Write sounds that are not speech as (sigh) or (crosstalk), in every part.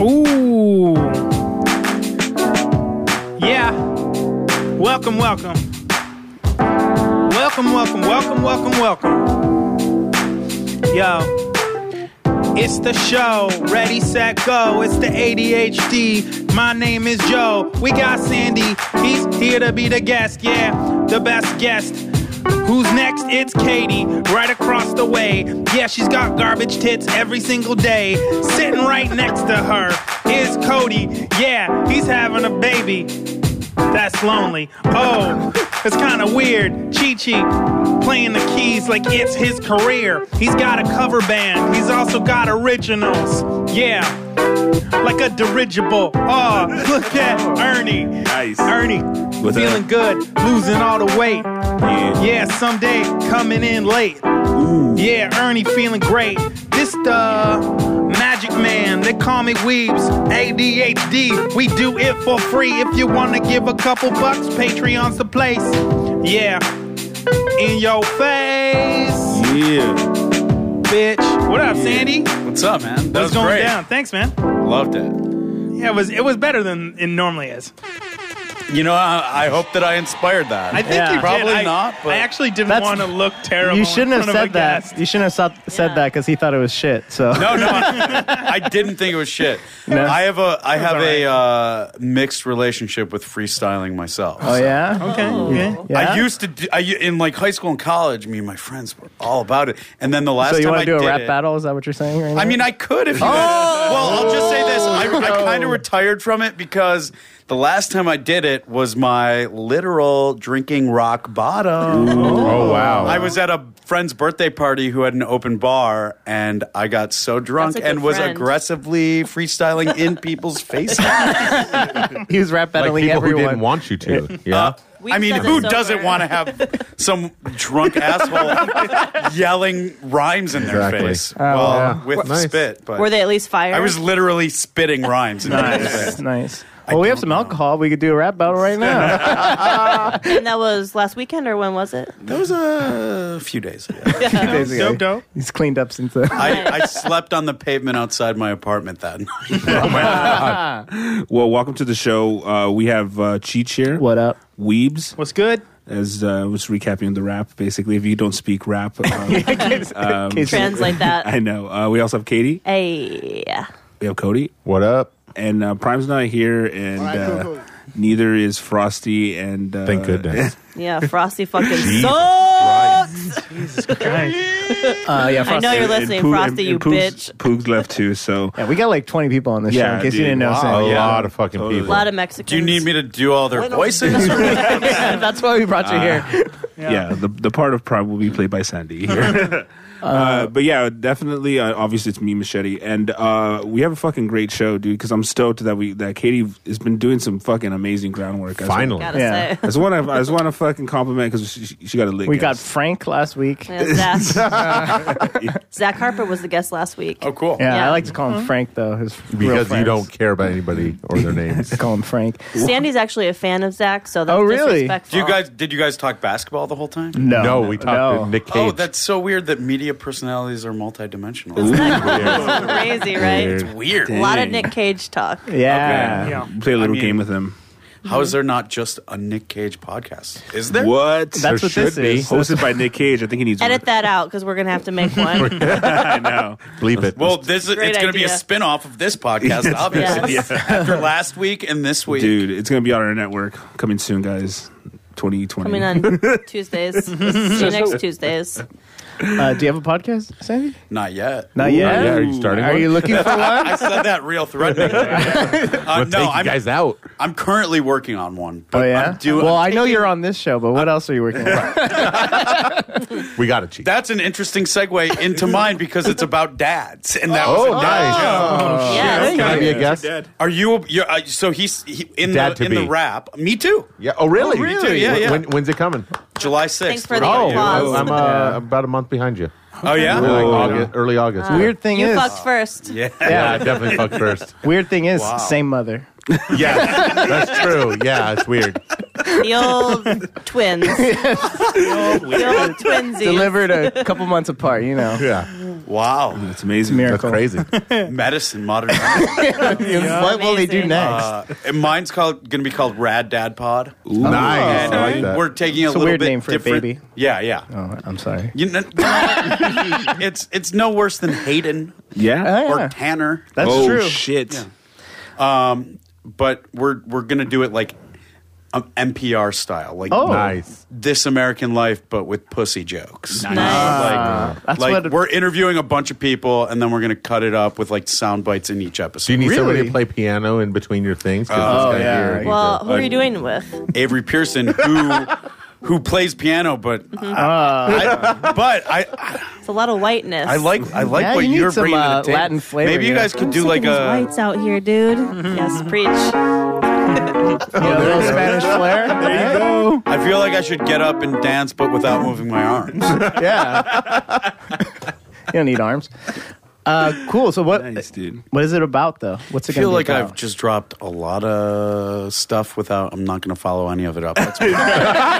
Ooh. Yeah. Welcome, welcome. Welcome, welcome, welcome, welcome, welcome. Yo. It's the show. Ready, set, go. It's the ADHD. My name is Joe. We got Sandy. He's here to be the guest. Yeah, the best guest. Who's next? It's Katie, right across the way. Yeah, she's got garbage tits every single day. Sitting right next to her is Cody. Yeah, he's having a baby. That's lonely. Oh, it's kind of weird. Chi Chi playing the keys like it's his career. He's got a cover band, he's also got originals. Yeah, like a dirigible. Oh, look at Ernie. Nice. Ernie, What's feeling up? good, losing all the weight. Yeah. Yeah, someday coming in late. Yeah, Ernie feeling great. This the Magic Man, they call me Weebs. ADHD, we do it for free. If you wanna give a couple bucks, Patreon's the place. Yeah, in your face, Yeah. bitch. What up, Yeah. Sandy? What's up, man? That What's was going great. down? Thanks, man. Loved it. Yeah, it was it was better than it normally is. You know, I, I hope that I inspired that. I think Yeah. you did. Probably I- not, but- I actually didn't That's- want to look terrible. You in shouldn't have front of a said that. guest. You shouldn't have so- said Yeah. that because he thought it was shit. So no, no, I didn't think it was shit. (laughs) No. I have a I have all a uh, mixed relationship with freestyling myself. oh yeah, Okay. okay. yeah? I used to do, I, u- in like high school and college. Me and my friends were all about it. And then the last So you time want I to do did a rap it, battle? Is that what you're saying? Right now? I mean, I could if you. well, I'll just say this: I, I kind of retired from it because the last time I did it was my literal drinking rock bottom. Oh wow! I was at a friend's birthday party who had an open bar, and I got so drunk That's a good and was friend. aggressively freestyling in (laughs) people's faces. (laughs) he was rap like battling people everyone. who (laughs) didn't want you to. Yeah. Uh, We've I mean, said who this doesn't over. want to have some drunk (laughs) asshole yelling rhymes in their Exactly. Oh, face? well, yeah. with Nice. spit, but Were they at least fired? I was literally spitting rhymes. In nice. nice, nice. Well, we have don't some know. alcohol. We could do a rap battle right now. and that was last weekend, or when was it? That was a few days (laughs) ago. Two days ago. Dope, dope. He's cleaned up since then. (laughs) I, I slept on the pavement outside my apartment that night. Oh, (laughs) well, welcome to the show. Uh, we have uh, Cheech here. what up? Weebs. What's (laughs) good? As uh, was recapping the rap. Basically, if you don't speak rap, um, (laughs) um, Translate that. I know. Uh, we also have Katie. Hey, We have Cody, What up? and uh, Prime's not here, and uh, neither is Frosty. And uh, Thank (laughs) goodness. yeah, (laughs) Frosty fucking sucks. Uh, yeah, I know you're and- and listening, Poog- Frosty, and- you and Poog's- bitch. Poog's left too. So Yeah, we got like 20 people on this show. Yeah, In case you dude. didn't know, Wow. Sam. (laughs) a yeah. lot of fucking Totally. A people. lot of (laughs) Mexicans. Do you need me to do all their voices? That's why we brought you here. yeah, the, the part of Prime will be played by Sandy here. uh, but yeah, definitely. Uh, obviously, it's me, Machete, and uh, we have a fucking great show, dude. Because I'm stoked that we that Katie has been doing some fucking amazing groundwork. I just- Finally. Gotta (laughs) Yeah. say. I just want to I just want to fucking compliment because she, she got a lick. We got ass. Frank last week. Yeah, Yeah, Zach. (laughs) Zach Harper was the guest last week. oh, cool. Yeah. Uh-huh. I like to call him Frank though. His real because you friends don't care about anybody (laughs) or their names. (laughs) call him Frank. Sandy's actually a fan of Zach, so that's Oh, really? disrespectful. Do (laughs) you guys did you guys talk basketball the whole time? No, no, we talked to Nick Cage. Oh, that's so weird that media personalities are multidimensional. crazy, right? Weird. It's weird. A lot of Nick Cage talk. Yeah. Yeah. play a little I mean- game with him. How is there not just a Nick Cage podcast? Is there? What? That's what this should be. is. Hosted by Nick Cage. I think he needs. Edit that out because we're gonna have (laughs) to make one. (laughs) I know. Bleep it. Well, this is, Great it's going to be a idea. spin-off of this podcast, obviously. Yes. After last week and this week. Dude, it's gonna be on our network coming soon, guys. 2020. Coming on Tuesdays. See (laughs) you next Tuesdays. Uh, do you have a podcast, Sandy? Not yet. Not Ooh, yet. not yet. Are you starting Are one? you looking for one? I said that real threateningly. Uh, Let's no, take you I'm, guys out. I'm currently working on one. But (laughs) Oh yeah. I'm doing, well, I know you're on this show, but what else are you working on? We got to cheat. that's an interesting (laughs) segue into mine because it's about dads. And that was oh, a nice. yeah. Can I be a guest? Are you? You're, uh, so he's he, in Dad the to in the be. rap. Me too. Yeah. Oh, really? Oh, really? Me too, yeah, yeah. When, when's it coming? July sixth. for the Oh, Applause. I'm Yeah. uh, about a month behind you. oh yeah. We're like Oh. August, early August. Weird thing You is, fucked first. yeah. Yeah, I definitely fucked first. weird thing is, Wow. same mother. (laughs) Yeah, that's true. Yeah, it's weird. The (laughs) old twins. the old twinsies. Delivered a couple months apart, you know. Yeah. Wow. That's amazing. Miracle. That's crazy. Medicine, modern. (laughs) medicine. What will they do Amazing. next? uh, and mine's called going to be called Rad Dad Pod. nice. And Oh, uh, I like that. we're taking a It's a little weird bit name for a different. baby. Yeah, yeah. oh, I'm sorry. You know, (laughs) it's it's no worse than Hayden Yeah. Uh, or Yeah. Tanner, That's oh true. shit. but we're we're gonna do it like um, NPR style, like Oh. Nice. This American Life, but with pussy jokes. Nice. Like, Ah. That's like what- we're interviewing a bunch of people, and then we're gonna cut it up with like sound bites in each episode. Do you need somebody Really? to play piano in between your things? 'Cause Oh, this guy yeah. here, he's a- Well, who are you doing it with? Avery Pearson, who (laughs) who plays piano, but Mm-hmm. I, but I It's a lot of whiteness. I like I like Yeah, what you need are some, bringing to uh, the table. Latin flavor Maybe you here. guys could do like a whites out here, dude. (laughs) yes, preach. You know, a little Spanish flair. There you go. I feel like I should get up and dance, but without moving my arms. Yeah. you don't need arms. Uh, cool. So what? Nice, dude. What is it about though? (laughs) What's I it feel gonna like be about? I've just dropped a lot of stuff without. I'm not going to follow any of it up. That's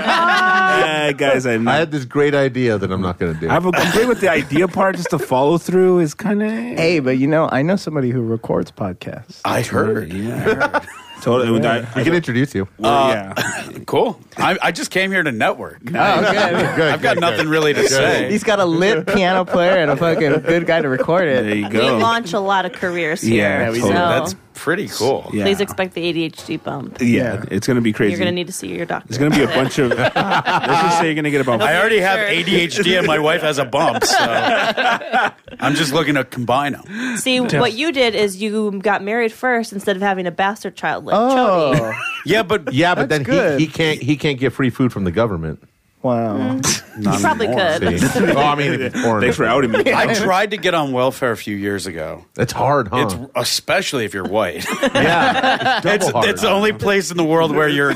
Uh, guys, I'm. I I, had this great idea that I'm not going to do. have a complaint with the idea part. Just the follow through is kind of. Hey, but you know, I know somebody who records podcasts. I heard. Yeah. totally. we I, can introduce you. I, yeah. Cool. I, I just came here to network. Oh, good. Good, I've got good, nothing good. really to say. He's got a lit piano player and a fucking good guy to record There it. (laughs) you We go. launch a lot of careers here. Yeah, Yeah, we do. so That's pretty cool. Yeah. please expect the ADHD bump. yeah, Yeah. it's gonna be crazy. You're gonna need to see your doctor. It's gonna be (laughs) a bunch of. let's just say you're gonna (laughs) get about. I already have Sure. ADHD and my wife has a bump, so I'm just looking to combine them. see what you did is you got married first instead of having a bastard child like Chody. Oh, Yeah, but Yeah, but That's then good. he, he can't he can't get free food from the government. Mm-hmm. wow. You probably could. (laughs) See? (laughs) oh, I mean, if it's foreign. (laughs) Thanks for outing me. I tried to get on welfare a few years ago. It's hard, huh? It's especially if you're (laughs) white. (laughs) yeah, it's double It's, hard. it's the only place in the world where you're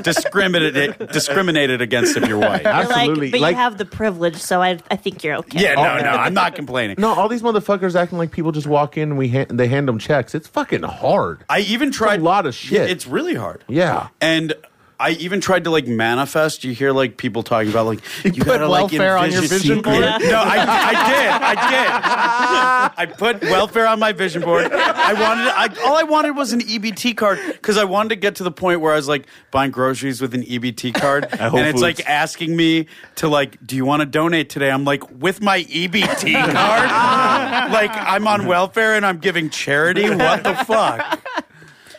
discriminated discriminated against if you're white. (laughs) You're like, Absolutely. but Like- you have the privilege, so I, I think you're okay. Yeah, Oh. no, no, I'm not complaining. no, all these motherfuckers acting like people just walk in and we ha- they hand them checks. It's fucking hard. I even tried lot of shit. It's really hard. Yeah. and I even tried to like manifest. You hear like people talking about like you, put gotta like welfare on your envision- vision board? No, I, I did, I did. I put welfare on my vision board. I wanted, I, all I wanted was an EBT card because I wanted to get to the point where I was like buying groceries with an EBT card, and Whole it's like Foods. asking me to like, do you want to donate today? I'm like, with my EBT card, like I'm on welfare and I'm giving charity. What the fuck?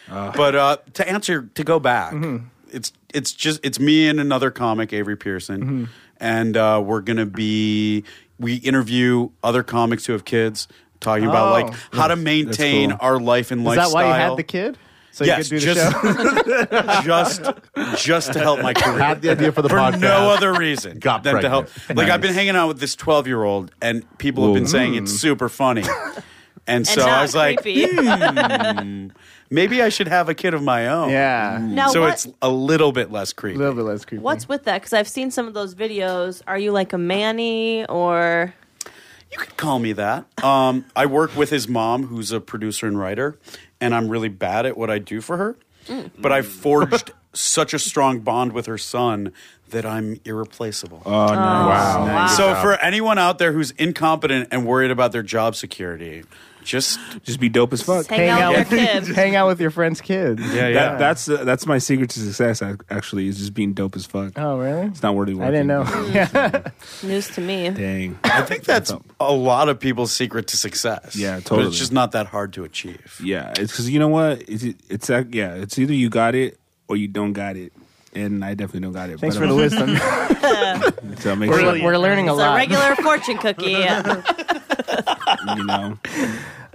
But uh, to answer, to go back, Mm-hmm. it's it's just it's me and another comic, Avery Pearson, Mm-hmm. and uh, we're gonna be we interview other comics who have kids, talking about Oh. like how to maintain cool. our life and Is lifestyle. that why you had the kid? So Yes, you could do the just- show. (laughs) (laughs) just just to help my career? Had the idea for the for podcast. no other reason Got than to help. pregnant. Like I've been hanging out with this twelve year old, and people have been saying Mm. it's super (laughs) funny, and And so not I was like, creepy. (laughs) maybe I should have a kid of my own. yeah. now so what, it's a little bit less creepy. A little bit less creepy. what's with that? Because I've seen some of those videos. Are you like a manny or? You could call me that. Um, I work with his mom, who's a producer and writer, and I'm really bad at what I do for her. Mm. But I forged such a strong bond with her son that I'm irreplaceable. Oh, nice. Wow. Nice. so for anyone out there who's incompetent and worried about their job security, just Just be dope as fuck. Hang, out (laughs) with your kids. hang out with your friend's kids. yeah, That, that's uh, that's my secret to success. ac- Actually, is just being dope as fuck. Oh, really? It's not worthy. I didn't know. (laughs) News to me. Dang. I think that's a lot of people's secret to success. Yeah, But totally. it's just not that hard to achieve. Yeah, it's because you know what? It's, it's uh, yeah, it's either you got it or you don't got it, and I definitely don't got it. Thanks for but the I'm- wisdom. So make sure we're, we're learning a It's a lot. regular fortune (laughs) cookie. Yeah. you know.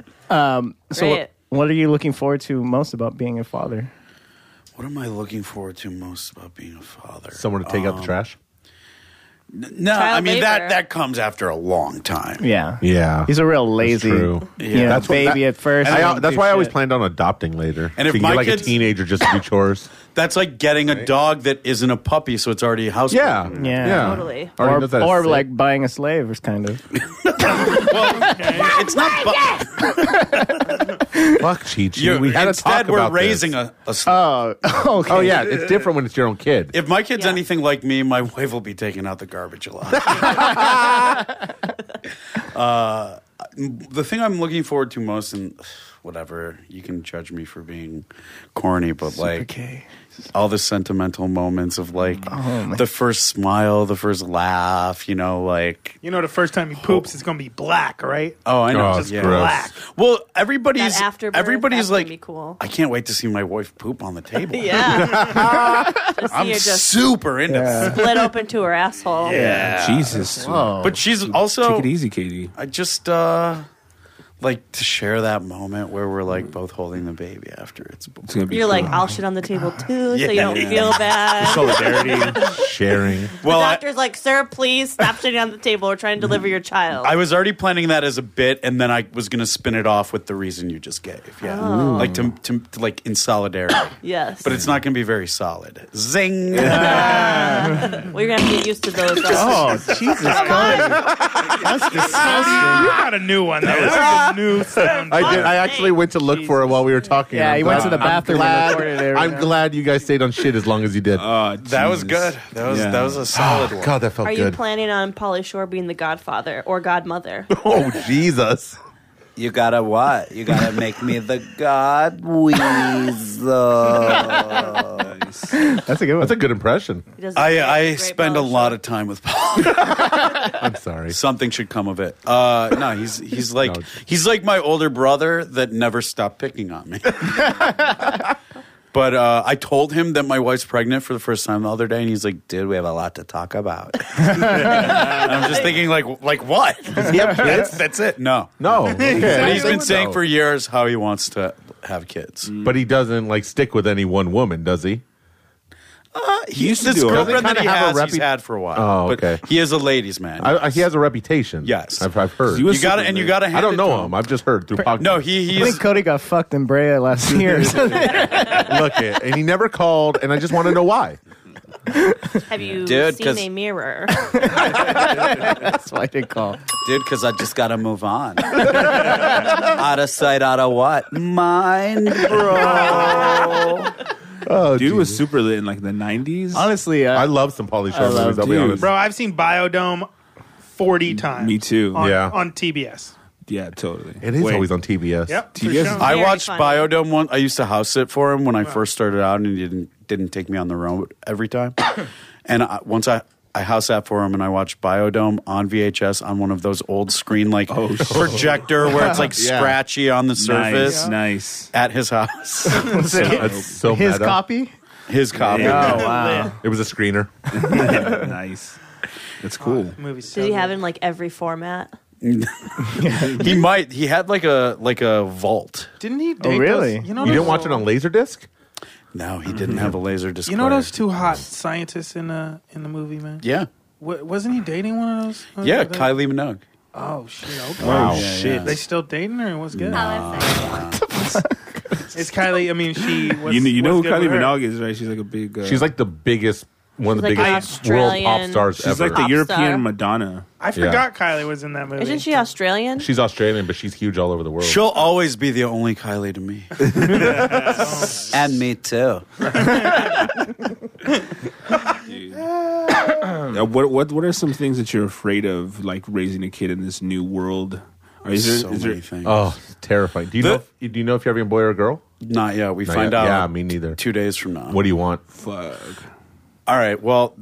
so Right. what, what are you looking forward to most about being a father? What am I looking forward to most about being a father? Someone to take out the trash. No, I Child mean labor. that that comes after a long time. Yeah. Yeah, He's a real lazy true. You know, That's what- baby that- at first. I, and that's do why I always shit. planned on adopting later. And if so you my get like kids- a teenager just to do chores. That's like getting a dog that isn't a puppy, so it's already a house. Yeah, (laughs) (laughs) Yeah. Totally. Already Or, knows how to or sit. like buying a slave is kind of. Well, it's not. Bu- fuck, Chi Chi. You- We had a instead, talk we're about raising this. Uh, a, a slut. Oh, (laughs) okay. Oh yeah, it's different when it's your own kid. if my kid's Yeah. anything like me, my (laughs) wife will be taking out the garbage a (laughs) lot. Uh, the thing I'm looking forward to most, and whatever, you can judge me for being corny, but like all the sentimental moments of like Oh the first smile, the first laugh, you know, like You know, the first time he poops, it's gonna be black, right? oh, I know, Oh, Just yeah. black. Well, everybody's That afterbirth, everybody's that's gonna like, be cool. I can't wait to see my wife poop on the table. (laughs) Yeah. (laughs) To see I'm her just super into that. split open to her asshole. Jesus. Oh. But she's also Take it easy, Katie. I just uh like to share that moment where we're like both holding the baby after it's born. It's gonna be You're like, cool. I'll shit on the table too, so you Yeah. don't feel bad. Solidarity, sharing. Well, the I, doctor's like, sir, please stop sitting on the table. We're trying to deliver your child. I was already planning that as a bit, and then I was gonna spin it off with the reason you just gave. Yeah, Oh. like to, to, to like in solidarity, yes. but it's not gonna be very solid. Zing. (laughs) well, you're going to have to get used to those. (laughs) Uh, Oh, Jesus Christ. That's disgusting. You got a new one. There. That was a (laughs) new sound. I did. I actually went to look for it while we were talking. Yeah, I'm he went glad- to the bathroom and I'm recorded it, glad, I'm yeah. glad you guys stayed on shit as long as you did. Oh, that was Jesus. good. That was Yeah. that was a solid one. God, that felt Are you good. planning on Polly Shore being the godfather or godmother? oh Jesus! You gotta what? You gotta make me the god weasel. That's a good one. That's a good impression. He does I great- I great spend a Polly lot Shore. of time with Paul. (laughs) I'm sorry. Something should come of it. Uh, no, he's he's like No. he's like my older brother that never stopped picking on me. but uh, I told him that my wife's pregnant for the first time the other day, and he's like, "Dude, we have a lot to talk about." (laughs) And I'm just thinking, like, like (laughs) what? that's, that's it. No, No, (laughs) but he's been saying for years how he wants to have kids. But he doesn't like stick with any one woman, does he? He used to this do it. girlfriend that Doesn't he he kinda has, have a he's repu- had for a while. Oh, okay. But he is a ladies' man. I, I, he has a reputation. Yes. I've, I've heard. He was you got it, and you got to. I don't know him. I've just heard through podcasts. No, he (laughs) he's I think Cody got fucked in Brea last year. or (laughs) something. (laughs) look it, and he never called, and I just want to know why. Have you Dude, seen 'cause- (laughs) a mirror? That's why I did call. Dude, because I just gotta move (laughs) on. out of sight, out of what? Mind, bro. Oh, Dude Jesus. was super lit in like the '90s. Honestly, uh, I love some Pauly Shore love movies. I'll be dude. honest. Bro, I've seen Biodome forty times. Me too. On, Yeah. on TBS. yeah, totally. It is Wait. always on TBS. Yep. for TBS sure. is- I Very watched funny. Biodome one. I used to house sit for him when I first started out, and he didn't didn't take me on the road every (coughs) time. and I, once I. I house sat for him, and I watched Biodome on VHS on one of those old screen like (laughs) projector where it's like Oh, Yeah. scratchy on the surface Nice, nice. at his (laughs) house, was it (laughs) That's so his meta. copy? his copy. Oh, Yeah. wow. It was a screener. (laughs) nice. (laughs) That's cool. Movies. Did he have in like every format? He might he had like a like a vault. Didn't he? Date Oh, really? Those, you know, You didn't those- watch it on Laserdisc? No, he didn't have a laser disc. You know player. those two hot scientists in the in the movie, man. Yeah, Wa- wasn't he dating one of those? yeah. They- Kylie Minogue. Oh shit! Okay. Wow. shit. They still dating her? What's good? It's Kylie. I mean, she. Was, you know, you know who what's good Kylie with her? Minogue is, right? She's like a big. Uh, She's like the biggest, one of the She's like an biggest world pop Australian- stars she's ever. like the Pop European star. Madonna. I forgot Kylie was in that movie. Isn't she Australian? She's Australian, but she's huge all over the world. She'll always be the only Kylie to (laughs) me. and me too. Uh, what what what are some things that you're afraid of, like raising a kid in this new world? Or is there, so is there- many things. Oh, terrifying. Do you The- know? If, do you know if you're having a boy or a girl? Not yet. We Not find yet. out. Yeah, me neither. Two days from now. What do you want? Fuck. All right. Well,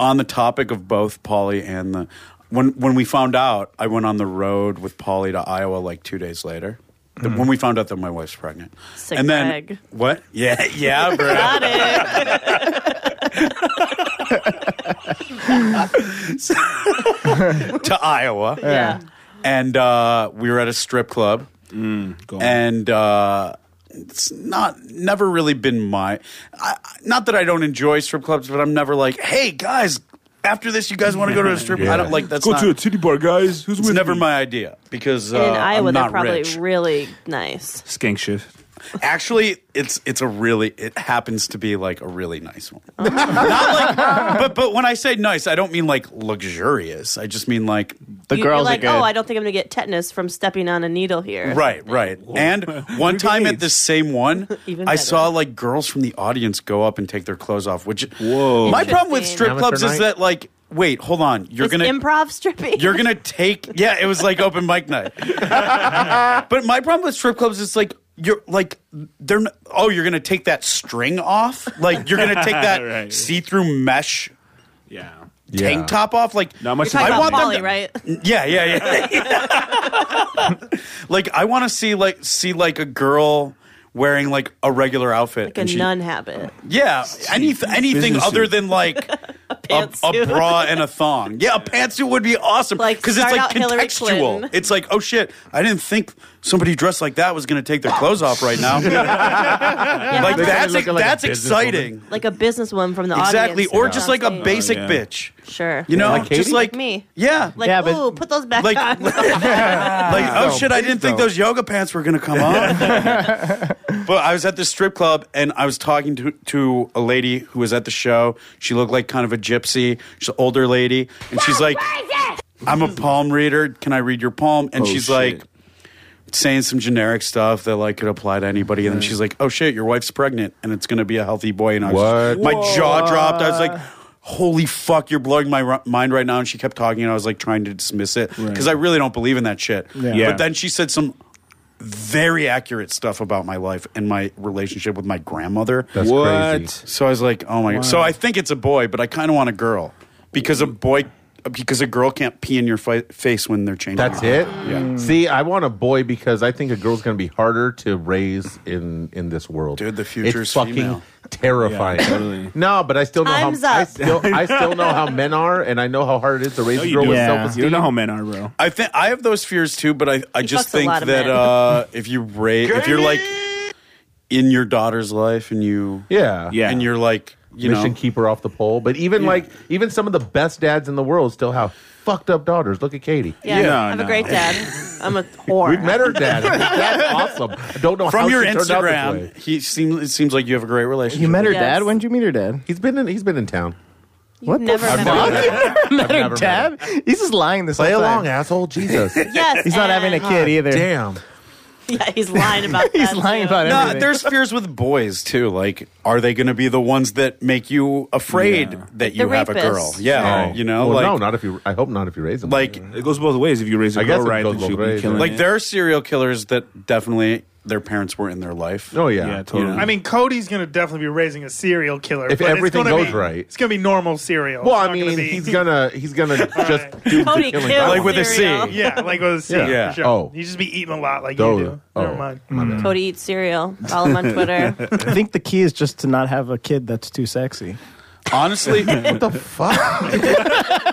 on the topic of both Polly and the when when we found out, I went on the road with Polly to Iowa like two days later. The- Mm-hmm. When we found out that my wife's pregnant, Sick and then brag. what? Yeah, yeah, bro. (laughs) Got it. (laughs) to Iowa, (laughs) Yeah. and uh, we were at a strip club. Mm, Go on. and uh, it's not never really been my. I, not that I don't enjoy strip clubs, but I'm never like, hey guys, after this, you guys want to go to a (laughs) strip? club? I don't like that's go not, to a titty bar, guys. Who's it's with never me? my idea because uh, And in Iowa, I'm they're not probably rich. really nice. skank shift. Actually, it's it's a really it happens to be like a really nice (laughs) one. Not like, but but when I say nice, I don't mean like luxurious. I just mean like The you, girls you're like, are good. oh, I don't think I'm gonna get tetanus from stepping on a needle here. (laughs) Right, right. And one time at the same one, Even I better. saw like girls from the audience go up and take their clothes off. Which whoa, my problem with Interesting. strip How much clubs per is night? that like, wait, hold on, you're It's gonna improv stripping. (laughs) you're gonna take yeah. It was like open mic (laughs) night. but my problem with strip clubs is like. You're like they're n oh you're gonna take that string off like you're (laughs) gonna take that Right. see-through mesh (laughs) Yeah. tank top off like Not much. You're talking I about want them Polly, to- right? yeah, yeah, yeah. (laughs) like I want to see like see like a girl wearing like a regular outfit. Like a and she- nun habit. Yeah, any, anything Business other suit. than like a, a Pantsuit. bra and a thong. Yeah, a pantsuit would be awesome Like, because it's start like out Hillary contextual. Clinton. It's like, oh shit, I didn't think somebody dressed like that was going to take their clothes off right (laughs) now. like that's looking like a that's businesswoman. exciting. (laughs) like a business one from the audience. Exactly, or that's just on like a stage. basic yeah. bitch. Sure. You know, Oh, Like just Katie? like me. Yeah, Like, Yeah, but- ooh, put those back like, (laughs) on. like oh No, shit, I didn't think please don't. those yoga pants were gonna come off. but I was at this strip club and I was talking to to a lady who was at the show. She looked like kind of a gypsy. She's an older lady, and she's like, "I'm a palm reader. Can I read your palm?" And Oh, she's shit. like. Saying some generic stuff that like could apply to anybody, and then she's like, "Oh shit, your wife's pregnant, and it's gonna be a healthy boy." And I was What? my jaw dropped. I was like, "Holy fuck, you're blowing my r- mind right now." And she kept talking, and I was like trying to dismiss it because I Right. really don't believe in that shit. Yeah. But then she said some very accurate stuff about my life and my relationship with my grandmother. That's What? crazy. so I was like, oh my god. So I think it's a boy, but I kind of want a girl because a boy because a girl can't pee in your fi- face when they're changing. That's their- it. See, I want a boy because I think a girl's going to be harder to raise in in this world. Dude, the future's it's fucking female. terrifying. Yeah, totally. (laughs) No, but I still know Time's how I up. still I still know how men are, and I know how hard it is to raise No, a you girl do. with Yeah. self You esteem. don't know how men are, bro. I think I have those fears too, but I, I He just fucks a think lot of that men. uh, if you raise if you're like in your daughter's life and you Yeah, Yeah. and you're like you Mission know keeper off the pole. But even like even some of the best dads in the world still have fucked up daughters. Look at Katie. yeah, Yeah, have no. a great dad. (laughs) I'm a whore. We've met her dad. That's awesome. I don't know how from your she turned out this way. Instagram, he seems it seems like you have a great relationship. You met her Yes. dad? When did you meet her dad? He's been in, he's been in town. What never the met fuck? her. You met her never met dad? He's just lying this Play whole time. along, asshole. Jesus. Yes, He's not having a and- kid either. Damn. (laughs) Yeah, he's lying about. He's that, lying too. about No, everything. there's fears with boys too. Like, are they going to be the ones that make you afraid Yeah. that you The have a girl? rapists. Yeah, you know, Oh. Well, like, no, not if you. I hope not if you raise them. like, It goes both ways. If you raise a I girl guess it right, goes then both she'll be ways, killing yeah. like it. there are serial killers that definitely their parents were in their life. oh yeah, Yeah, totally. Yeah. I mean, Cody's going to definitely be raising a serial killer. If but it's everything gonna goes be- right. It's going to be normal serial. Well, It's I not gonna mean, be- he's gonna he's gonna just do Cody the killing. kills Like with a C. (laughs) cereal. Yeah, like with a C. Yeah. Yeah. For sure. Oh. He'd just be eating a lot like Oh, you do. oh. Never mind. Cody eats cereal. Follow him on Twitter. I think the key is just to not have a kid that's too sexy. (laughs) Honestly, huge What the fuck?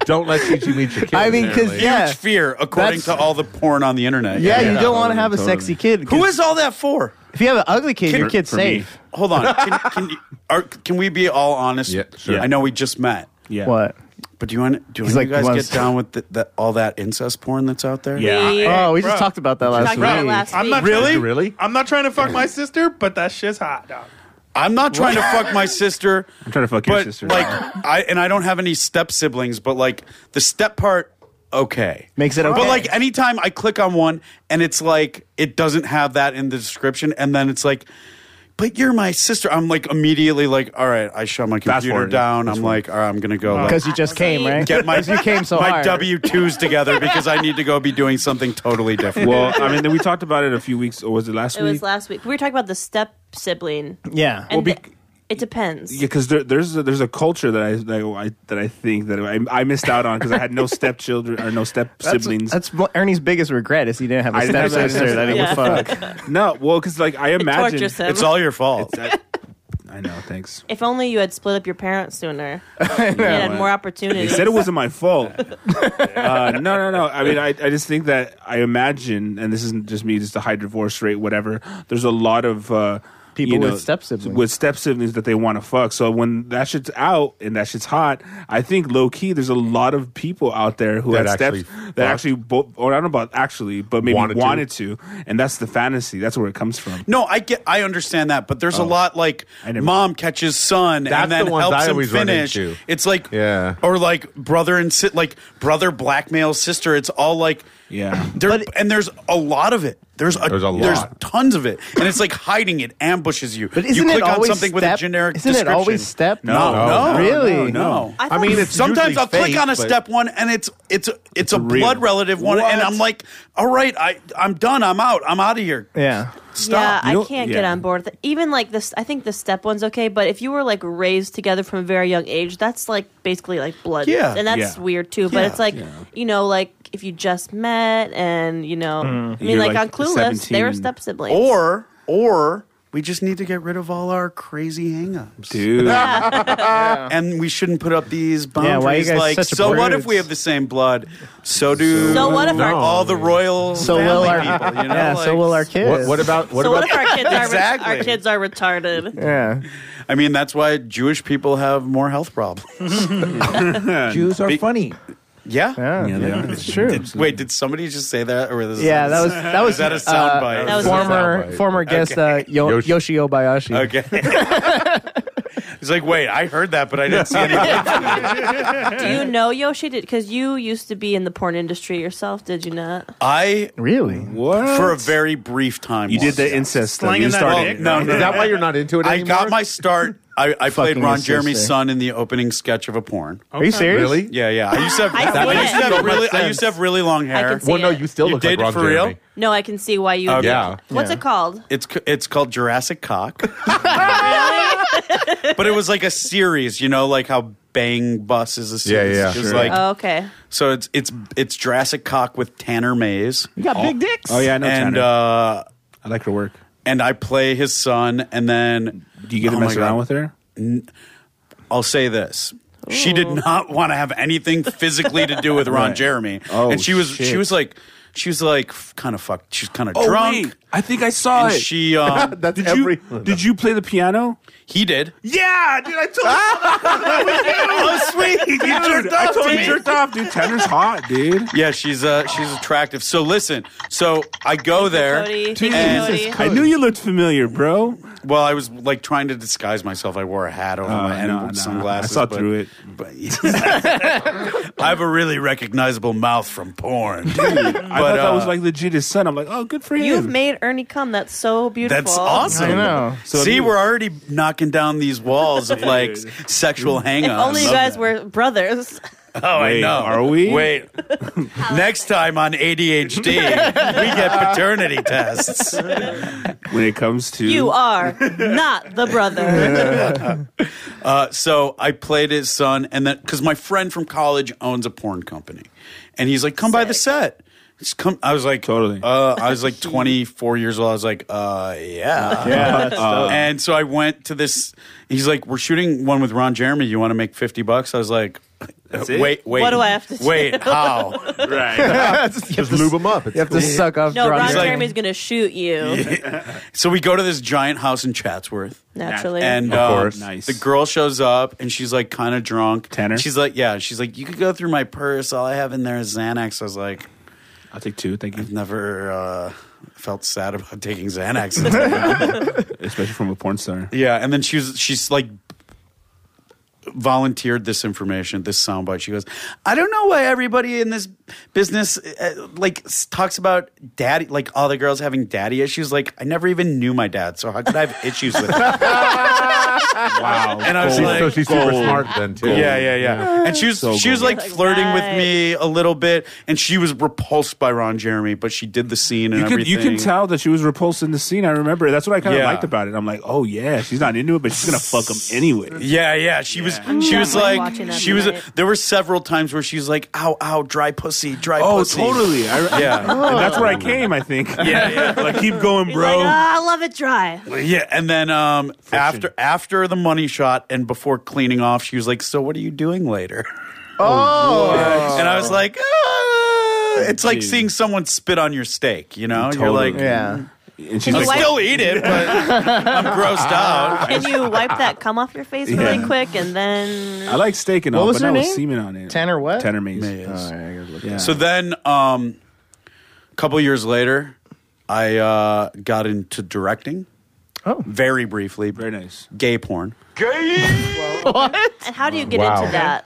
Don't let Chi Chi meet your kid. I mean, because, apparently. yeah. fear, according That's- to all the porn on the internet. Yeah, you don't want totally, to have a totally. sexy kid. 'cause Who is all that for? If you have an ugly kid, your For- kid's for me. safe. Hold on. Can, can, you, are, can we be all honest? Yeah, sure. I know we just met. yeah. What? But do you want do you, He's want you like, guys wants- get down with the, the, all that incest porn that's out there? Yeah. We- Oh, we just bro. talked about that last talked about it last week. I'm not week. trying- Really? really? I'm not trying to fuck my sister, but that shit's hot, dog. I'm not trying to fuck my sister. (laughs) I'm trying to fuck your but sister. like I and I don't have any step siblings, but like the step part, okay. Makes it But okay. like anytime I click on one and it's like it doesn't have that in the description, and then it's like, but you're my sister. I'm like immediately like, all right, I shut my Fast computer forward. down. Fast I'm forward. like, all right, I'm gonna go like, Because you just came, right? get my 'Cause (laughs) you came so my hard. W twos together because I need to go be doing something (laughs) totally different. Well, (laughs) I mean, then we talked about it a few weeks, or was it last It week? was last week. We were talking about the step sibling. yeah. And be- th- it depends. Yeah, because there, there's a, there's a culture that I that I, that I think that I, I missed out on because I had no stepchildren or no step That's- siblings. That's, one- Ernie's biggest regret is he didn't have I a didn't have that stepsister that he would stepsister. (laughs) fuck. no, well, because like I imagine tortures him. it's all your fault. I, I know. Thanks. If only you had split up your parents sooner. you I- had more They opportunities. said it wasn't my fault. Uh, no, no, no. I mean, I, I just think that I imagine, and this isn't just me, just the high divorce rate, whatever. There's a lot of uh, People you with know, step siblings. with step siblings that they want to fuck. So when that shit's out and that shit's hot, I think low key there's a lot of people out there who That had steps actually fucked? that actually bo- or I don't know about actually, but maybe Wanted wanted, to. to. and that's the fantasy. That's where it comes from. No, I get, I understand that, but there's a lot like I never- mom catches son Oh. That's and then the ones helps I him always run finish. into. It's like, Yeah. or like brother and sit like brother blackmails sister. It's all like, Yeah. there and there's a lot of it. There's a, There's there's a lot. tons of it, and it's like hiding it ambushes you. But isn't you it click on always something with a step- generic. isn't it description. always step? No, No. no, no Really? no. I I mean, thought- it's Sometimes usually I'll click fake, on a but- step one and it's it's it's, a real. blood relative one, and What? I'm like, all right, I I'm done. I'm out. I'm out of here. Yeah. Stop. Yeah, You I don't- can't yeah. get on board. With it. Even like this, I think the step one's okay, but if you were like raised together from a very young age, that's like basically like blood. Yeah. and that's Yeah. weird too. But Yeah. it's like you know, like if you just met and you know, I mean, You're, like, like, on Clueless, they were 17. step siblings. Or or we just need to get rid of all our crazy hangups. Dude. And we shouldn't put up these Yeah, boundaries why are you guys like such so what brutes? if we have the same blood? So do So what if our- No. all the royal So will family our people, (laughs) you know? yeah. so Like, will our kids. What, what about what so about what if our kids are Exactly. our kids are (laughs) retarded? yeah. I mean that's why Jewish people have more health problems. Jews are funny? yeah. (laughs) Yeah. Yeah, they are. It's true. Did- wait, did somebody just say that or was Yeah, (laughs) that was that was uh, Is that a soundbite? That was a former soundbite. former guest uh, Yo- Yoshi. Yoshi. Obayashi. Okay. (laughs) (laughs) He's like, wait, I heard that, but I didn't see anything. Do you know Yoshi did because you used to be in the porn industry yourself? Did you not? (laughs) I, Really? What? for a very brief time, you did was. the incest thing. Slinging You that started. dick. it. No, Is no, that why you're not into it I anymore? got my start. I, I played Fucking Ron your Jeremy's sister. son in the opening sketch of a porn. Are you serious? really? Yeah, yeah. I used to have, Oh. (laughs) I I see used it. to have really, I used to have really long I hair. can see Well, no, it. you still You look like did Ron for real? Jeremy. (laughs) No, I can see why you. Okay. did. Yeah. What's it called? It's c- it's called Jurassic Cock, but it was like a series. You know, like how Bang Bus is a series. yeah, It was sure. like Oh, okay. so. It's it's it's Jurassic Cock with Tanner Mays, You got big dicks. Oh yeah, I know. and Tanner. uh, I like her work. and I play his son, and then Do you get to Oh my mess God. around with her? I'll say this. She did not want to have anything physically to do with Ron (laughs) Right. Jeremy. Oh, and she was she shit. was like she was like kind of fucked. She's kind of Oh, drunk. Oh, I think I saw And she (laughs) um, That's did every. you did (laughs) you play the piano? he did. Yeah, dude, I told (laughs) oh sweet. You jerked I off told to you me. jerked off, dude. Tanner's hot, (laughs) dude. Yeah, she's uh she's attractive. So listen. So I go there. Cody. Thank you, And, Cody. I knew you looked familiar, bro. well, I was like trying to disguise myself. I wore a hat over my head Oh, no, and no, sunglasses. (laughs) I saw but- through it. But I have a really recognizable mouth from porn. (laughs) I thought that uh, was like legit his son. I'm like, oh, good for him. You've made Ernie come. That's so beautiful. That's awesome. I know. So See, do- we're already knocking down these walls of (laughs) like s- sexual hang If only you guys were brothers. Oh, I Wait, know. are we? (laughs) Wait. Next time on ADHD, we get paternity (laughs) tests. Uh, when it comes to You are not the brother. Uh, so I played his son, and then because my friend from college owns a porn company, and he's like, "Come by the set." Just come. I was like, Totally. Uh, I was like 24 years old. I was like, uh, yeah. (laughs) Um, Uh, and so I went to this. He's like, "We're shooting one with Ron Jeremy. You want to make fifty bucks?" I was like, it? "Wait, wait. What do I have to do? Wait, how?" (laughs) right. Just lube them up. It's You have to cool. suck off No, drugs. Ron like- Jeremy's gonna shoot you so we go to this giant house in Chatsworth. naturally. And Of uh, course. Nice. the girl shows up and she's like kind of drunk. Tanner? She's like, yeah. She's like, you could go through my purse. All I have in there is Xanax. I was like, (laughs) I'll take two. Thank you, never uh, felt sad about (laughs) taking (laughs) Xanax. especially from a porn star. yeah. And then she was, she's like, volunteered this information, this soundbite. She goes, I don't know why everybody in this business uh, like s- talks about daddy, like all the girls having daddy issues. Like I never even knew my dad, so how could I have issues with it? Wow. And I was She's- like, so she's super smart then too. Yeah, yeah, yeah. And she was she was like Like, flirting with right. me a little bit, and she was repulsed by Ron Jeremy, but she did the scene and you could you everything. can tell that she was repulsed in the scene. I remember. That's what I kind of Yeah. liked about it. I'm like, oh yeah, she's not into it, but she's gonna fuck him anyway. (laughs) Yeah, yeah. She was she was definitely like watching that she was. tonight. There were several times where she was like, "Ow, ow, dry pussy, dry Oh, pussy." totally. I, Yeah. (laughs) and that's where I came. I think. (laughs) Yeah, yeah. (laughs) Like, keep going, He's like, bro. "Ah, I love it dry. Yeah, and then um, after after the money shot and before cleaning off, she was like, "So what are you doing later?" (laughs) Oh, and I was like, ah. "It's like seeing someone spit on your steak." You know, you're Totally. like, yeah. and she's Can I like, you wipe- still eat it, but I'm grossed out. Can you wipe that cum off your face really Yeah. quick and then? I like steak and What all, was but her not with name? semen on it. Tanner what? Tanner Mays. Mays. All right, I gotta look Yeah. So then, a um, couple years later, I uh, got into directing. Oh. very briefly. Very nice. Gay porn. And how do you get Wow. into that?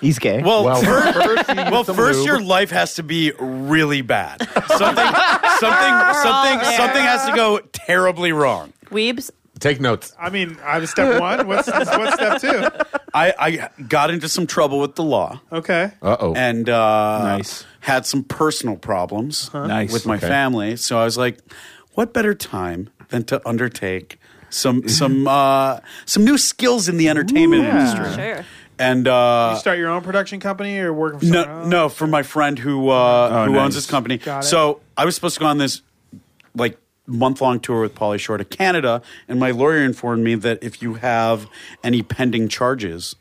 He's gay. Well, Well, fir- first, you need (laughs) well, some first lube. your life has to be really bad. Something, something, something, there. something has to go terribly wrong. Weebs. take notes. I mean, I was step one. What's, what's step two? I, I got into some trouble with the law Okay. Uh oh. and uh, Nice. had some personal problems Nice. with my Okay. family. So I was like, what better time than to undertake (laughs) some some uh, some new skills in the entertainment industry? Sure. And uh, You start your own production company or working for someone No, else? no, for my friend who uh, Oh, who nice. owns this company. Got it. So I was supposed to go on this like month long tour with Pauly Shore to Canada, and my lawyer informed me that if you have any pending charges,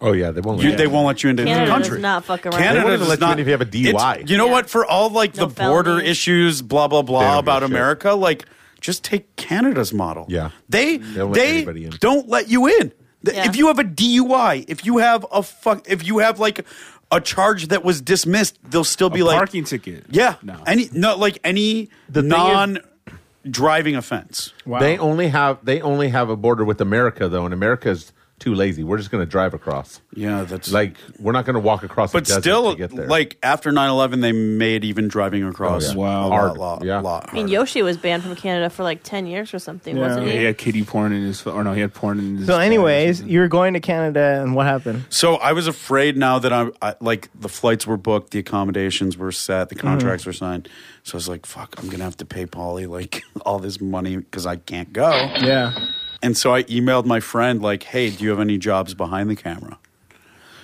Oh yeah, they won't. you, let they you. won't let you into Canada the country. does not fuck around. Canada They won't even does let you not in if you have a DUI. It's- You know Yeah. what? For all like No the border felonies. issues, blah blah They blah don't about give a shit. America, like just take Canada's model. Yeah. they don't let they anybody in. don't let you in. Th- Yeah. If you have a DUI, if you have a fuck, if you have like a charge that was dismissed, they'll still be a like parking ticket. Yeah, No. any no like any The thing is- non driving offense. wow. They only have they only have a border with America though, and America's too lazy. We're just going to drive across. Yeah, that's Like we're not going to walk across. But the desert still, to get there. Oh, like after 9-11, they made even driving across yeah. Wow. a Hard. lot, lot, Yeah. lot I mean, harder. Yoshi was banned from Canada for like ten years or something, Yeah, wasn't he? he had kitty porn in his, or no, he had porn in his. so, anyways, you were going to Canada, and what happened? So I was afraid now that I'm I, like the flights were booked, the accommodations were set, the contracts were signed. So I was like, "Fuck, I'm gonna have to pay Polly like (laughs) all this money because I can't go." Yeah. And so I emailed my friend like, "Hey, do you have any jobs behind the camera?"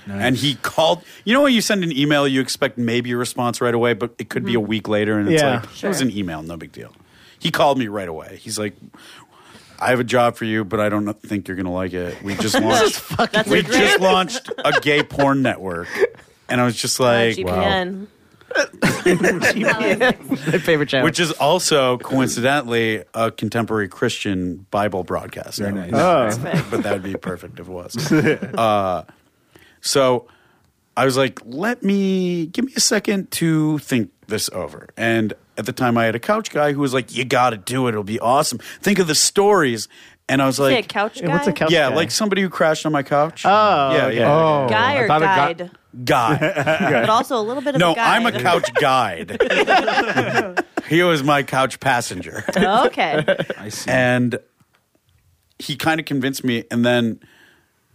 And he called. You know when you send an email, you expect maybe a response right away, but it could be a Mm-hmm. week later, and it's Yeah. like it was an email, no big deal. He called me right away. He's like, "I have a job for you, but I don't think you're gonna like it. We just launched. (laughs) That's we a great- just launched a gay porn network." And I was just Uh, like, GPN. (laughs) My favorite channel. which is also coincidentally a contemporary Christian Bible broadcast. Very nice. Oh. but that would be perfect if it was. Uh, so I was like, let me give me a second to think this over. And at the time, I had a couch guy who was like, "You got to do it. It'll be awesome. Think of the stories." And I was Is he a like, couch guy. Hey, what's a couch "Yeah, guy? like somebody who crashed on my couch." Oh, yeah, okay. yeah, oh, Guy I or thought it got- guide, guy. but also a little bit of No, a guide. I'm (laughs) a couch guide. he was my couch passenger. Oh, Okay. I see. and he kind of convinced me and then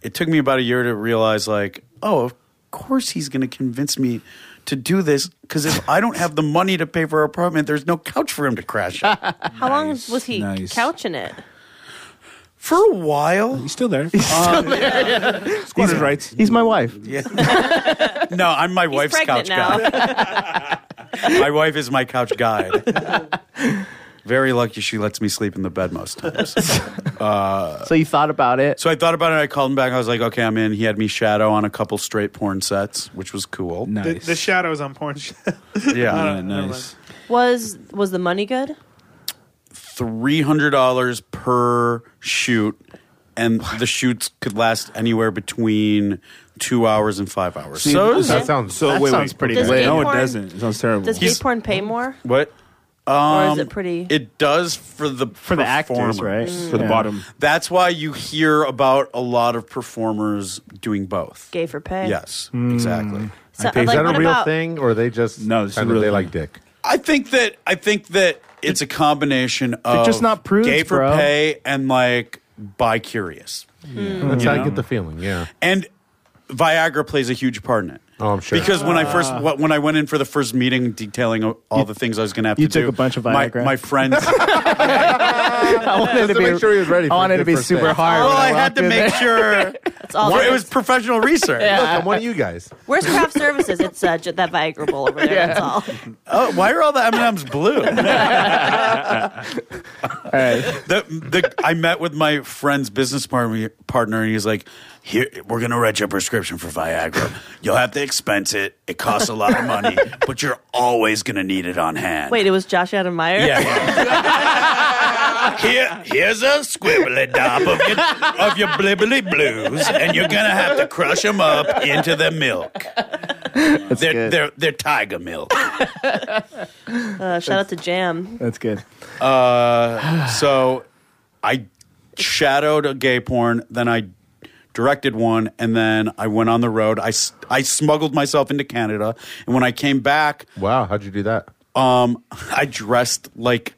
it took me about a year to realize like oh of course he's going to convince me to do this because if i don't have the money to pay for our apartment there's no couch for him to crash on. How long was he nice. couching it? for a while He's still there. He's still (laughs) there. Squatters' rights. He's my wife. no i'm my He's wife's couch pregnant now. guy my wife is my couch guide very lucky she lets me sleep in the bed most times So you thought about it. so i thought about it i called him back i was like okay i'm in he had me shadow on a couple straight porn sets which was cool The, Nice. the shadows on porn. (laughs) sh- yeah Yeah, nice. was was the money good? three hundred dollars per shoot, and the shoots could last anywhere between two hours and five hours. so So, That sounds so That wait, sounds wait. pretty Wait, Does good. No, it Acorn- doesn't. It sounds terrible. Does gay porn pay more? what? or is it pretty? Um, It does for the For the actors, performers. right? Mm. for the Yeah. bottom. (laughs) That's why you hear about a lot of performers doing both. gay for pay. Yes, Hmm. exactly. So, pay- is Is like, that what a real about, thing, or they just No, this is kinda- real they thing. like (laughs) dick? I think that I think that it's a combination of just not prudes, gay for bro. pay and like bi curious. That's how I get the feeling. (laughs) Yeah, and Viagra plays a huge part in it. Oh, I'm sure. Because when I first wh- when I went in for the first meeting, detailing o- all the things I was going to have Ah. you to do, took a bunch of my- Viagra. My, friends. (laughs) I wanted to make sure he was ready I for wanted to the be first super day. hard. well, when Oh, I had walked to in make (laughs) (laughs) there. sure It's all it was professional research. Look, I'm one of you guys. Where's craft services? It's uh, j- that Viagra bowl (laughs) over there. That's all. (laughs) Oh, why are all the M and M's blue? right. the, the I met with my friend's business par- partner, and he's like, "Here, we're gonna write you a prescription for Viagra. You'll have to expense it. It costs a lot of (laughs) money, but you're always gonna need it on hand." Wait, it was Josh Adam Meyer? yeah. yeah. Here, here's a squibbly dop of your, of your blibbly blues, and you're gonna have to crush them up into the milk. they're, good. they're they're tiger milk. Uh, shout out to Jam. That's good. So I shadowed a gay porn, then I directed one, and then I went on the road. I, s- I smuggled myself into Canada. And when I came back, Wow, how'd you do that? um, I dressed like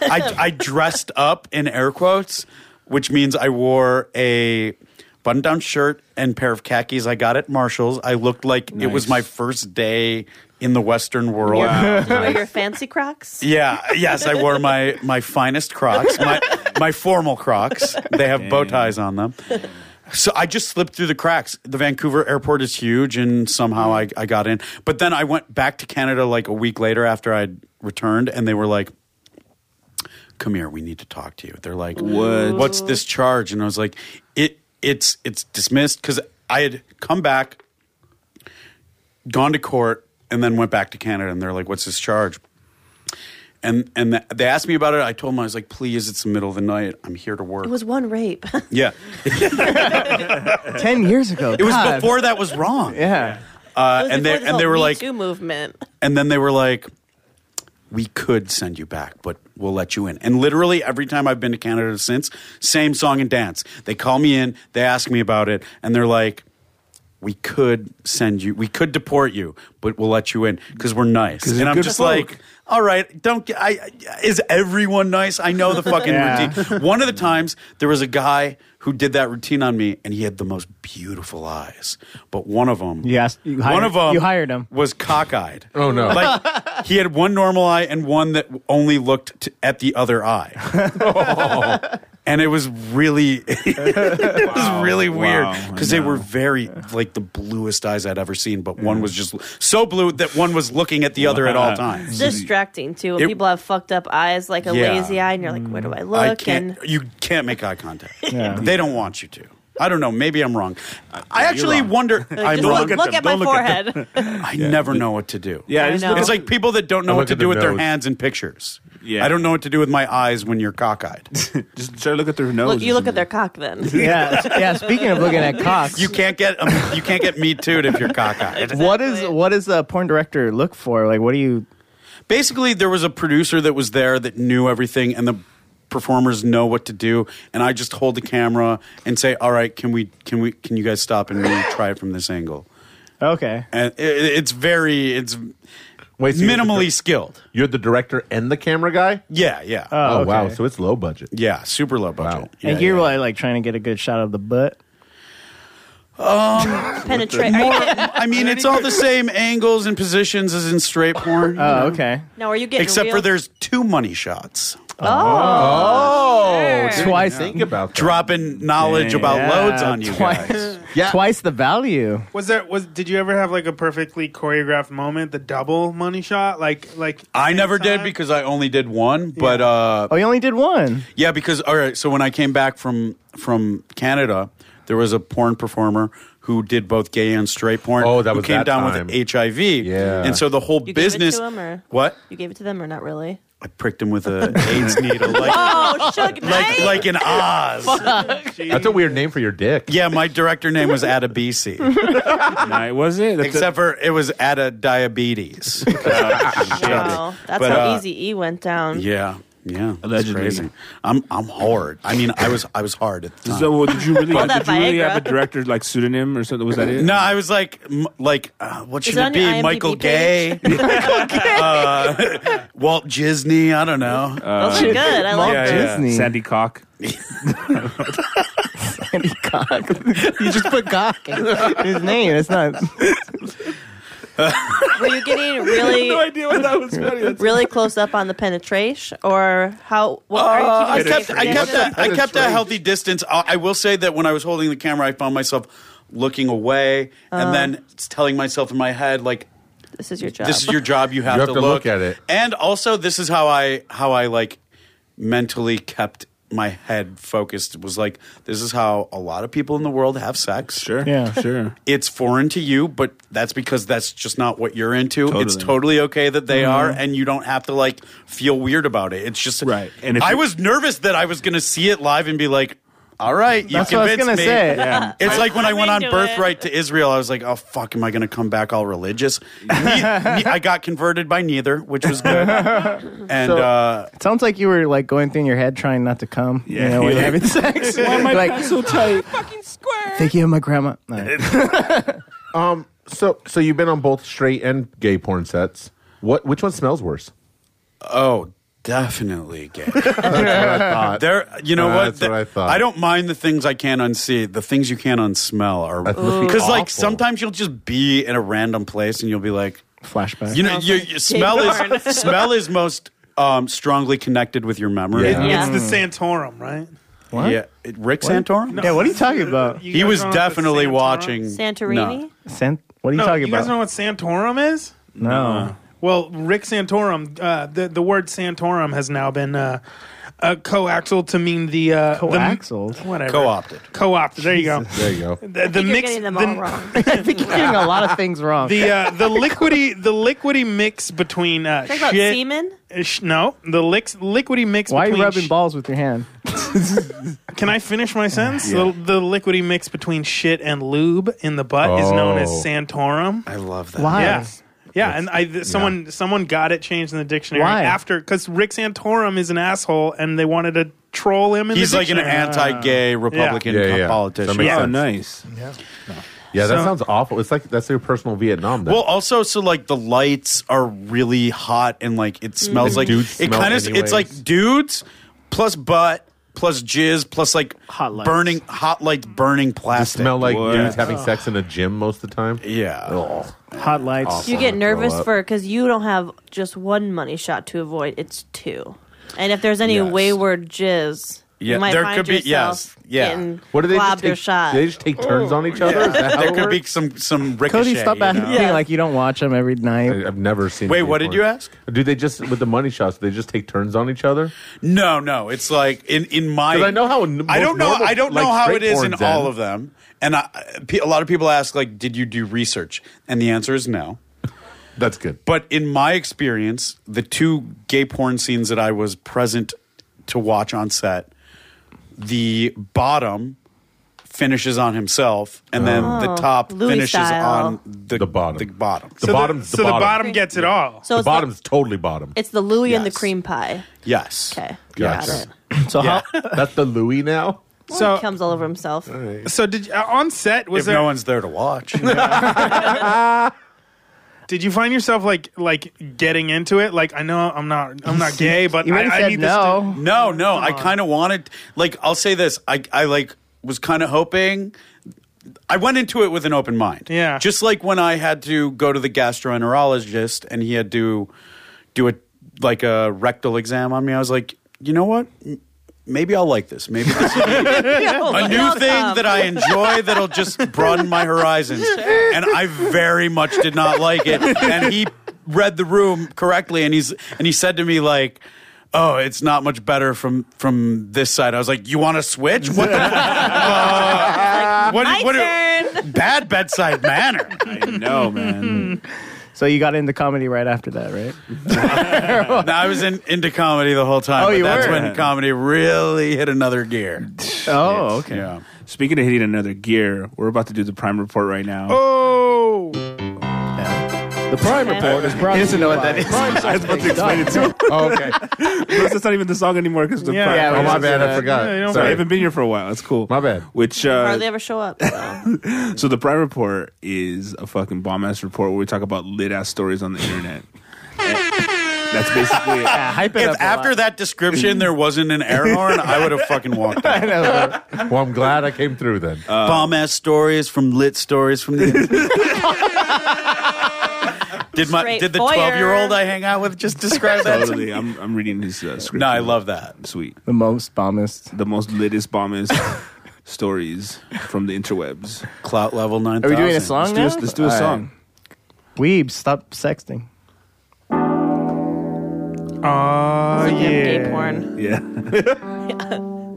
I, I dressed up in air quotes, which means I wore a button down shirt and pair of khakis I got at Marshall's. I looked like it was Nice. my first day in the Western world. Were your fancy Crocs? Yeah, yes, I wore my my finest Crocs, my my formal Crocs. They have bow ties on them. So I just slipped through the cracks. The Vancouver airport is huge, and somehow I, I got in. But then I went back to Canada like a week later after I'd returned, and they were like, "Come here, we need to talk to you." They're like, What? What's this charge?" And I was like, "It it's it's dismissed because I had come back, gone to court, and then went back to Canada, and they're like, "What's this charge?" and and th- they asked me about it. I told them I was like, please, it's the middle of the night. I'm here to work. It was one rape. (laughs) yeah, Ten years ago. it was God. before that was wrong. Yeah. Uh, and they and they oh, were like, Two movement. and then they were like, we could send you back, but we'll let you in. And literally every time I've been to Canada since, same song and dance. They call me in, they ask me about it, and they're like. We could send you. We could deport you, but we'll let you in because we're nice. you're And I'm good just folk. like, all right, don't. Get, I I- is everyone nice? I know the fucking Yeah. routine. One of the times there was a guy who did that routine on me, and he had the most beautiful eyes. But one of them, You asked- you one hired- of them, you hired him. was cockeyed. Oh, no. Like he had one normal eye and one that only looked t at the other eye. And it was really, (laughs) it was really weird Oh. Wow, I because they know. were very like the bluest eyes I'd ever seen, but one was just so blue that one was looking at the other at all times. Distracting too. When It- people have fucked up eyes, like a Yeah. Mm. lazy eye, and you're like, where do I look? I can't. And You can't make eye contact. Yeah. They don't want you to. I don't know. Maybe I'm wrong. I actually wrong. wonder. I'm (laughs) just wrong. look, look at my forehead. (laughs) I never know what to do. Yeah, I just know. look It's up- like people that don't know I what look to at do the with their nose. hands in pictures. Yeah. I don't know what to do with my eyes when you're cockeyed. just try to look at their nose. look, or you look at something. their (laughs) cock then. Yeah. Yeah. Speaking of looking at cocks, you can't get um, you can't get me too if you're cockeyed. what is what does a porn director look for? Like, what do you? Basically, there was a producer that was there that knew everything, and the performers know what to do. And I just hold the camera and say, "All right, can we can we can you guys stop and really try it from this angle?" Okay. And it, it's very it's Wait, so you're the minimally dir- skilled. You're the director and the camera guy. Yeah, yeah, Oh, Oh, okay. wow, so it's low budget. yeah. Super low budget. Wow. Yeah, and you're yeah. like, like trying to get a good shot of the butt. Penetrate. Are you More, getting- I mean, it's all the same angles and positions as in straight porn. Oh, okay. now, are you getting Except real? for there's two money shots. Oh, Sure. Twice. think about that. Dropping knowledge Dang. about yeah, loads on you twice, guys. (laughs) Yeah. Twice the value. Was there was did you ever have like a perfectly choreographed moment, the double money shot? Like like I same never did time? because I only did one, but uh Oh, you only did one. yeah, because all right, so when I came back from from Canada, there was a porn performer who did both gay and straight porn. Oh, that who was came that down time. with HIV. Yeah. and so the whole You gave it to business. him, or- What You gave it to them or not really? I pricked him with a AIDS needle, (laughs) like Oh, Suge like Knight. like in Oz. That's a weird name for your dick. Yeah, my director name was Adabisi, (laughs) (laughs) Nah, was it? That's except for it was Ada (laughs) Diabetes. (laughs) (laughs) wow, that's But, how uh, easy E went down. Yeah, yeah, that's Allegedly. crazy. I'm I'm hard. I mean, I was I was hard at the a- time. so, well, did you really? that did you really Viagra. have a director like pseudonym or something? Was that it? no, I was like, m- like, uh, what should it it on your be? IMDb Michael Gay, (laughs) (laughs) page? uh, Walt Disney. I don't know. Uh, Those are good. I like Yeah, those. yeah. Disney. Sandy Cock. Sandy cock. (laughs) you just put cock in his name. It's not. Were you getting really? idea why that was funny. really close up on the penetration or how what Uh, are I you keeping kept, it I kept, together? a, I kept a healthy distance. I I will say that when I was holding the camera, I found myself looking away Uh-huh. and then telling myself in my head, like, this is your job This is your job. You have, have to look at it. And also, this is how I how I like mentally kept my head focused. It was like, this is how a lot of people in the world have sex. Sure. (laughs) Yeah. Sure. It's foreign to you, but that's because that's just not what you're into. It's Totally. Mm-hmm. totally okay that they are, and you don't have to like feel weird about it. It's just Right. And if I you- was nervous that I was going to see it live and be like, "All right, you That's what I was convinced gonna me." say. (laughs) Yeah. It's like when I went on coming to it. birthright to Israel. I was like, "Oh fuck, am I going to come back all (laughs) religious?" Ne- ne- I got converted by neither, which was (laughs) good. And uh, It sounds like you were like going through in your head trying not to come. Yeah. You Yeah. know, when you're having Yeah. (laughs) sex. like, so tight. (laughs) thank you, my grandma. No. So, so you've been on both straight and gay porn sets. What? Which one smells worse? oh, definitely (laughs) gay. Uh, There, you know Uh, what? that's what I thought. don't mind the things I can't unsee. The things you can't unsmell are That must be because, like, awful. sometimes you'll just be in a random place and you'll be like, Flashback. you know, Smells your, like your smell Cape (laughs) is smell is most um, strongly connected with your memory. Yeah. Yeah. It's the Santorum, right? What? Yeah. It- Rick Santorum. Yeah, what are you talking about? You He guys was don't know what the definitely Santorum- watching Santorini. No. Sent? What are you No, talking you guys about? know what Santorum is? no. Oh. Well, Rick Santorum, uh, the the word Santorum has now been uh, uh, coaxal to mean the uh, Coaxal? the, whatever Co-opted. co-opted. There you go. there (laughs) you go. The, the You're mix, getting them the, all wrong. (laughs) I think you're getting a lot of things wrong. the uh, the liquidy the liquidy mix between uh, Talk about shit. semen. uh, sh- no, the licks, liquidy mix. Why are between you rubbing sh- balls with your hand? Can I finish my sentence? The, the liquidy mix between shit and lube in the butt is known as Oh. Santorum. I love that. Why? Yeah. Yeah, and I th- someone someone got it changed in the dictionary Why? after because Rick Santorum is an asshole, and they wanted to troll him. In He's the like an dictionary. anti-gay Republican Yeah, yeah. politician. That makes Oh, sense. nice. Yeah, that So- sounds awful. It's like that's their personal Vietnam. Then. Well, also, so like the lights are really hot and like it Mm-hmm. smells The like dudes it smell kind of it's anyways. like dudes plus butt plus jizz plus like Hot lights. burning hot lights burning plastic. smell like What? dudes having sex in a gym most of the time. yeah. Ugh. Hot lights. Oh, Awesome. You get Throw nervous up. for because you don't have just one money shot to avoid; it's two. And if there's any Yes. wayward jizz, Yeah, you might there find could be- yes, yourself yeah. getting What do they lobbed just or take? shot. do They just take turns on each other. Is that how Oh, (laughs) There it could be works? some some ricochet. Cody, stop you acting know? Yeah. like you don't watch them every night. I- I've never seen. Wait, it what did before. you ask? Do they just with the money shots? Do they just take turns on each other? No, no, it's like in in my. 'Cause I know how n- I don't most know. normal, I don't know like, how it straight is in porns all end. of them, and I, pe- a lot of people ask like, "Did you do research?" And the answer is no. That's good. But in my experience, the two gay porn scenes that I was present to watch on set, the bottom finishes on himself, and then the top Oh. Louis finishes style. on the, The bottom. The bottom. The So bottom. the, so the bottom gets it all. so The it's the- bottom's totally bottom. it's the Louis and the Yes. cream pie. yes. Okay, Gotcha. got it. (laughs) so Yeah. how, That's the Louis now. So So- he comes all over himself. So did you- uh, on set was if there? no one's there to watch, did you find yourself like like getting into it? Like I know I'm not I'm not (laughs) gay, but you already I, I said need This no. no, no. I kind of wanted, like, I'll say this. I, I like was kind of hoping. I went into it with an open mind. Yeah. Just like when I had to go to the gastroenterologist and he had to do a like a rectal exam on me. I was like, you know what? M- Maybe I'll like this. Maybe this is a new thing that I enjoy that'll (laughs) just broaden my horizons. And I very much did not like it. And he read the room correctly and he's and he said to me like Oh, it's not much better from from this side. I was like, "You want to switch? What the fuck? Uh, what, My what- turn. bad bedside (laughs) manner. I (laughs) know, man. So you got into comedy right after that, right? no, I was in, into comedy the whole time. Oh, but you that's were? when comedy really hit another gear. Oh, okay. Yeah. Speaking of hitting another gear, we're about to do the prime report right now. Oh, The Prime Okay. Report is brought to you know what that is. (laughs) I was about to explain it (laughs) to Oh, okay. him. That's not even the song anymore because the Yeah. prime Yeah, oh report- my bad. I Yeah, you forgot. don't- Sorry, I Sorry. haven't been here for a while. That's cool. My bad. Which uh, Hardly ever show (laughs) up. So. so the prime report is a fucking bomb ass report where we talk about lit ass stories on the internet. That's (laughs) basically (laughs) it. Yeah, hype it If up. a after lot. that description there wasn't an air horn, I would have fucking (laughs) walked. Out. Well, I'm glad I came through then. Bomb ass stories from lit stories from the. did my Straight did the foyer. twelve year old I hang out with just describe that? To Totally. me? I'm, I'm reading his uh, script. No, I love that. Sweet. the most bombest. The most litest bombest stories from the interwebs. Clout level nine. Are we doing a song Let's do, now? a, let's do a All right. song. Weebs, stop sexting. Oh Damn yeah. gay porn. Yeah.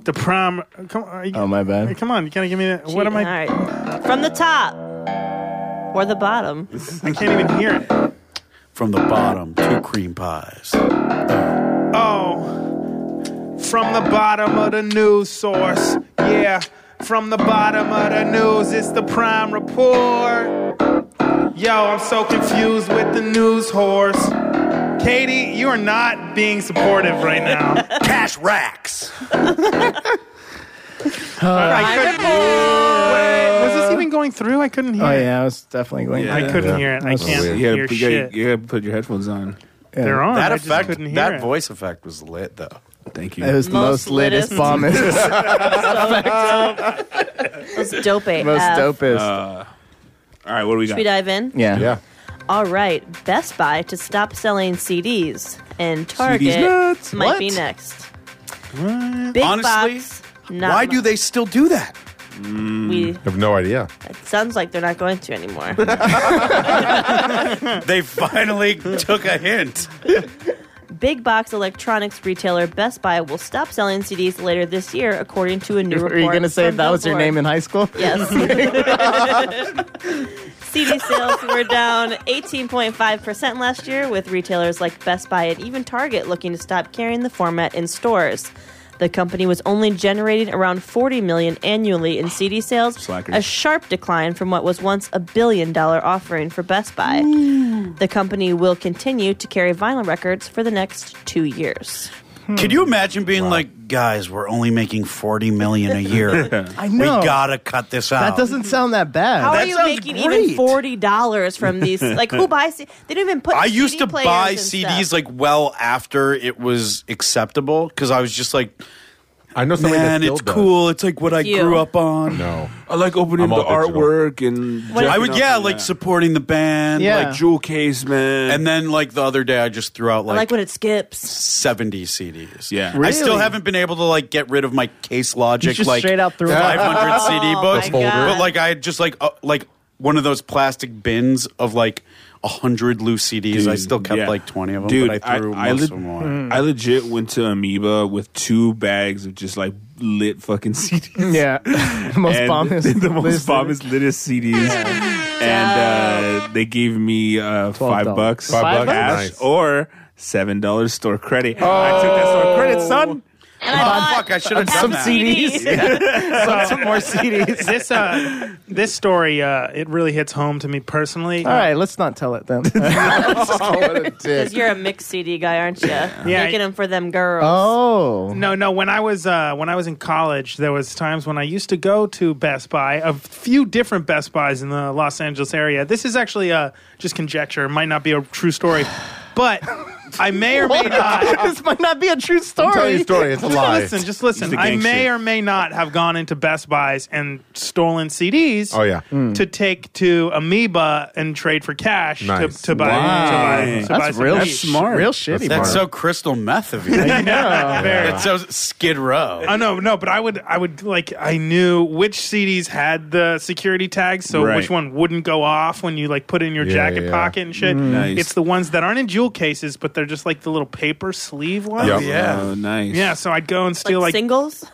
The prom. Come on. you- Oh, my Hey, bad. Come on, you gotta give me that. What am I? All right. From the top or the bottom. I can't even hear it. From the bottom, two cream pies. Oh, from the bottom of the news source. Yeah, from the bottom of the news, it's the prime report. Yo, I'm so confused with the news horse. Katie, you are not being supportive right (laughs) now. Cash racks. I couldn't. (laughs) Wait, was this even going through? I couldn't hear. Oh it. yeah, I was definitely going. I Yeah. couldn't Yeah. hear it. I That's can't weird. You hear gotta, you, shit. gotta, you gotta put your headphones on. Yeah. They're on. That I just effect, couldn't hear that it. voice effect was lit though. Thank you. It was the most Most litest, litest. bombest, Those dope AF. (laughs) most dopest. All right, what do we Should we got? dive in? Uh, yeah. Yeah. All right. Best Buy to stop selling CDs and Target nuts. might What? be next. Big Honestly, box. Not Why do much. they Mm. still do that? We, I have no idea. it sounds like they're not going (laughs) to anymore. They finally took a hint. Big box electronics retailer Best Buy will stop selling CDs later this year, according to a new Were report. you gonna say from that was your Billboard. name in high school? Yes. (laughs) CD sales were down 18.5% last year, with retailers like Best Buy and even Target looking to stop carrying the format in stores. The company was only generating around 40 million annually in CD sales, Slackers. a sharp decline from what was once a billion dollar offering for Best Buy. The company will continue to carry vinyl records for the next 2 years. Can you imagine being like, guys, we're only making forty million a year. I we know. gotta cut this out. that doesn't sound that bad. How That are you sounds making great. even forty dollars (laughs) from these? Like who buys? C- they don't even put. I CD used to players buy and CDs stuff. like well after it was acceptable because I was just like, I know somebody that man, still it's does. cool. It's like what I You. grew up on. No. I like opening I'm the all digital. artwork and. I would, yeah, like some supporting the band. Yeah. like jewel case, man. And then, like the other day, I just threw out I like, like when it skips. 70 CDs. Yeah. I still Really? haven't been able to like get rid of my Case You Logic just like straight out threw 500 CD (laughs) Oh books, my God. but like I had just like uh, like one of those plastic bins of like a hundred loose CDs. I Dude, still kept yeah. like 20 of them, Dude, but I threw I, most le- of them away. I legit went to Amoeba with two bags of just like lit fucking (laughs) CDs. (laughs) Yeah, (laughs) the most And bombest. (laughs) the most list. bombest litest CDs, and uh, they gave me uh, five $12. bucks, Five Five bucks? cash, bucks? or seven dollars store credit. Oh, I took that store credit, son. And I Oh, bought fuck, I should have done Some that. CDs, yeah. some, some (laughs) more CDs. this uh, this story uh, it really hits home to me personally. All right, let's not tell it (laughs) then. Oh, what a because dick. you're a mixed CD guy, aren't you? Yeah, making I- them for them girls. oh, No, no. When I was uh, when I was in college, there was times when I used to go to Best Buy, a few different Best Buys in the Los Angeles area. This is actually uh, just conjecture; it might not be a true story, but I may or (laughs) may not. (laughs) this might not be a true I'm telling you a story. story. It's a Just lie. listen, just listen. Just a I gang may shit. or may not have gone into Best Buys and stolen CDs. Oh, yeah. to take to Amoeba and trade for cash Nice. to, to buy. To buy, to buy That's some real. CDs. (laughs) That's smart. Real shitty. That's Mark. so crystal meth of you. That's so Skid Row. Oh no, no, but I would, I would like, I knew which CDs had the security tags, so Right. which one wouldn't go off when you like put it in your Yeah, Mm. jacket yeah. pocket and shit. Nice. It's the ones that aren't in jewel cases, but they're just like the little paper sleeve ones. Yeah. Oh, nice. Yeah, so I'd go and like, steal like, singles.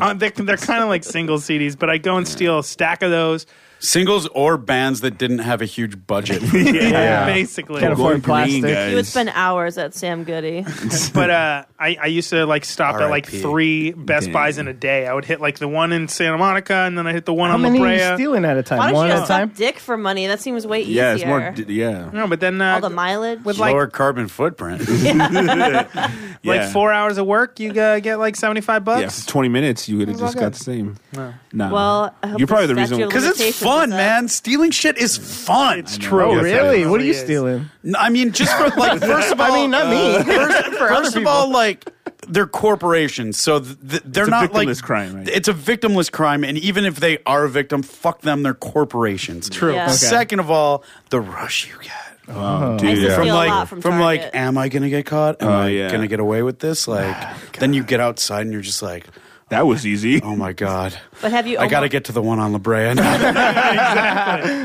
uh, they're, they're kind of like single CDs, but I'd go and steal a stack of those, Singles or bands that didn't have a huge budget. (laughs) Yeah. basically. Can't afford plastic. You would spend hours at Sam Goody. But uh, I, I used to like stop at like R.I.P.. three Best Dang. Buys in a day. I would hit like the one in Santa Monica, and then I hit the one How on many La are Brea. you stealing at a time? Why don't One you at a just time. suck dick for money? That seems way easier. Yeah, it's more. d- Yeah. no, but then uh, all the mileage. with like Lower carbon footprint. like Yeah. four hours of work, you uh, get like seventy five Yeah, bucks. for 20 minutes, you would have That's all just good. got the same. No. Nah. Well, I hope You're probably the the reason. statute of Because it's Limitations fun, is up. man. Stealing shit is fun. It's Oh, true. Oh, Yes, I really? do. What are you Yes. stealing? N- I mean, just for like, first of all, uh, I mean, not me. First, first of all, like they're corporations, so th- th- they're It's a not like victimless crime, right? It's a victimless crime, and even if they are a victim, fuck them. They're corporations. True. Yeah. Okay. Second of all, the rush you get. Oh, I dude, used to yeah. steal a like lot from, like, Target. am I gonna get caught? Am Oh, I yeah. gonna get away with (sighs) this? Like, then you get outside and you're just like, that was easy. oh my god, But have you I gotta almost- get to the one on La Brea. (laughs) now.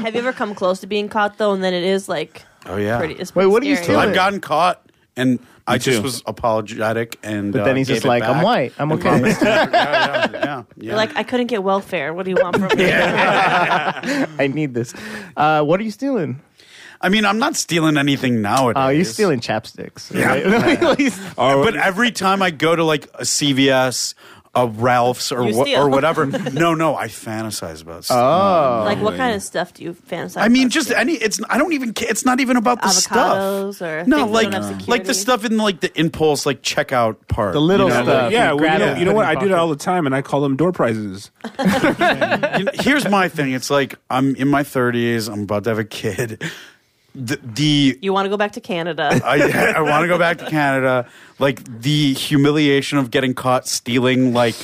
Have you ever come close to being caught though? And then it is like oh yeah. pretty. It's Wait, pretty what are you scary. stealing? I've gotten caught and I just too. was apologetic and. uh, But then he's just like, I'm white. I'm okay. yeah, yeah, (laughs) yeah, yeah. You're like, I couldn't get welfare. What do you want (laughs) from (laughs) me? I need this. Uh, what are you stealing? I mean, I'm not stealing anything nowadays. Uh, Oh, you're stealing Oh. chapsticks. right? (laughs) Or- But every time I go to like a CVS, a Ralph's, or You wha- steal. or (laughs) whatever, no, no, I fantasize about. Stuff. like, what kind of stuff do you fantasize? Oh, Oh. I mean, about just stealing? any. It's I don't even. ca- It's not even about the Avocados stuff. no, or things that like don't have like the security. stuff in like the impulse like checkout part. The little you know? stuff. yeah, well, you grab know, it, you know put what? in I your do that pocket. all the time, and I call them door prizes. You know, here's my thing. It's like I'm in my 30s. I'm about to have a kid. The, the You want to go back to Canada? I, (laughs) I want to go back to Canada. Like the humiliation of getting caught stealing like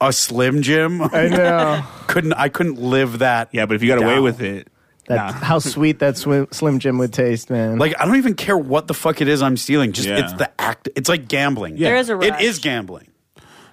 a Slim Jim. (laughs) I know. couldn't I couldn't live that. Yeah, but if you got away down. with it, That, nah. How sweet that swi- Slim Jim would taste, man. Like I don't even care what the fuck it is I'm stealing. Just Yeah. it's the act. It's like gambling. There is a It rush. is gambling.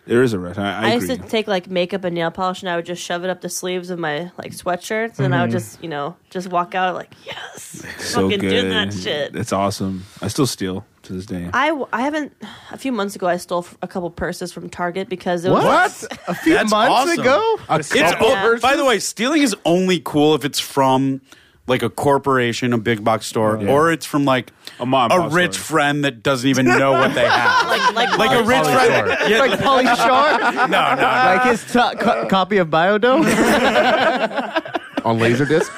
there is a rush. I, I, I used agree. to take like makeup and nail polish, and I would just shove it up the sleeves of my like sweatshirts, and Mm. I would just you know just walk out like yes, fucking did that shit. That's awesome. I still steal to this day. I, w- I haven't. A few months ago, I stole f- a couple purses from Target because it was. A few That's months awesome. ago? It's o- by the way, stealing is only cool if it's from like a corporation, a big box store, or it's from like A mom a box rich (laughs) store. friend that doesn't even know what they have. Like, like, like a rich friend. Yeah, Like (laughs) Polly no, Shore? (laughs) no. like his to co- copy of Biodome? (laughs) on Laserdisc.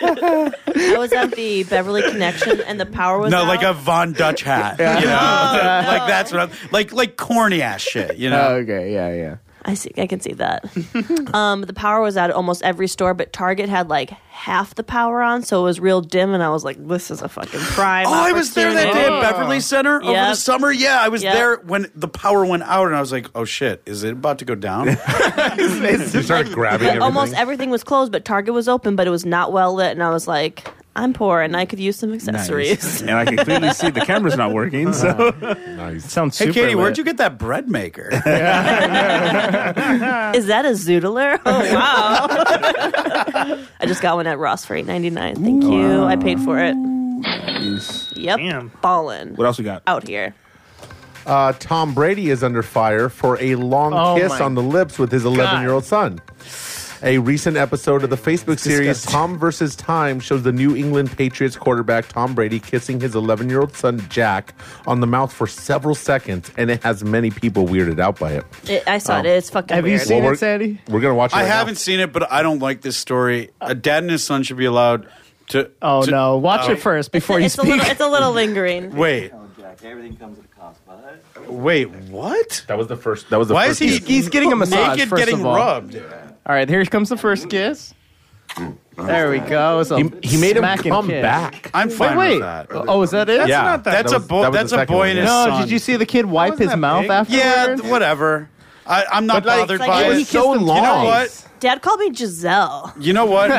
I was at the Beverly Connection, and the power was No, out. like a Von Dutch hat. You know? like that's what I'm like like corny ass shit, you know? Oh, okay, yeah, yeah. I see. I can see that. (laughs) um, the power was out at almost every store, but Target had like half the power on, so it was real dim. And I was like, "This is a fucking prime." Oh, I was there that day opportunity. at Beverly Center over the Yep. summer. Yeah, I was Yep. there when the power went out, and I was like, "Oh shit, is it about to go down?" You started grabbing everything. Almost everything was closed, but Target was open, but it was not well lit, and I was like, "I'm poor, and I could use some (laughs) accessories." (laughs) and I can clearly see the camera's not working. (laughs) So nice. Sounds hey, super Katie, where'd lit. you get that bread maker? Is that a zoodler? Oh, wow! (laughs) I just got one at Ross for eight ninety nine. Thank you. I paid for it. Yep, Damn. ballin' what else we got? out here. Uh, Tom Brady is under fire for a long Oh kiss my on the lips with his 11 year old son. A recent episode of the Facebook series Tom versus Time shows the New England Patriots quarterback Tom Brady kissing his 11 year old son Jack on the mouth for several seconds, and it has many people weirded out by it. It, I saw it. Oh. It's fucking. Have you weird. seen we're, it, Sandy? we're gonna watch. It I right now. haven't seen it, but I don't like this story. A dad and his son should be allowed to. Oh, to- no. Watch it first before you it's a speak. little. It's a little lingering. Wait, Oh, Jack, everything comes at a cost, bud. wait, what? That was the first. That was the Why is first. he? kiss. he's getting a massage, Naked, first getting of all. rubbed. All right, here comes the first kiss. Mm. There we go. It's a He made him smacking come kiss. back. I'm Wait, fine wait. with that. Oh, is that it? yeah, not that- that's that a was- boy. that was that's the a second boy one, and yeah. his No, son. did you see the kid wipe Wasn't his that mouth big? afterwards? Yeah, whatever. I, I'm not But, like, bothered like, by it it. was so long. You know what? Dad called me Giselle. You know (laughs) what?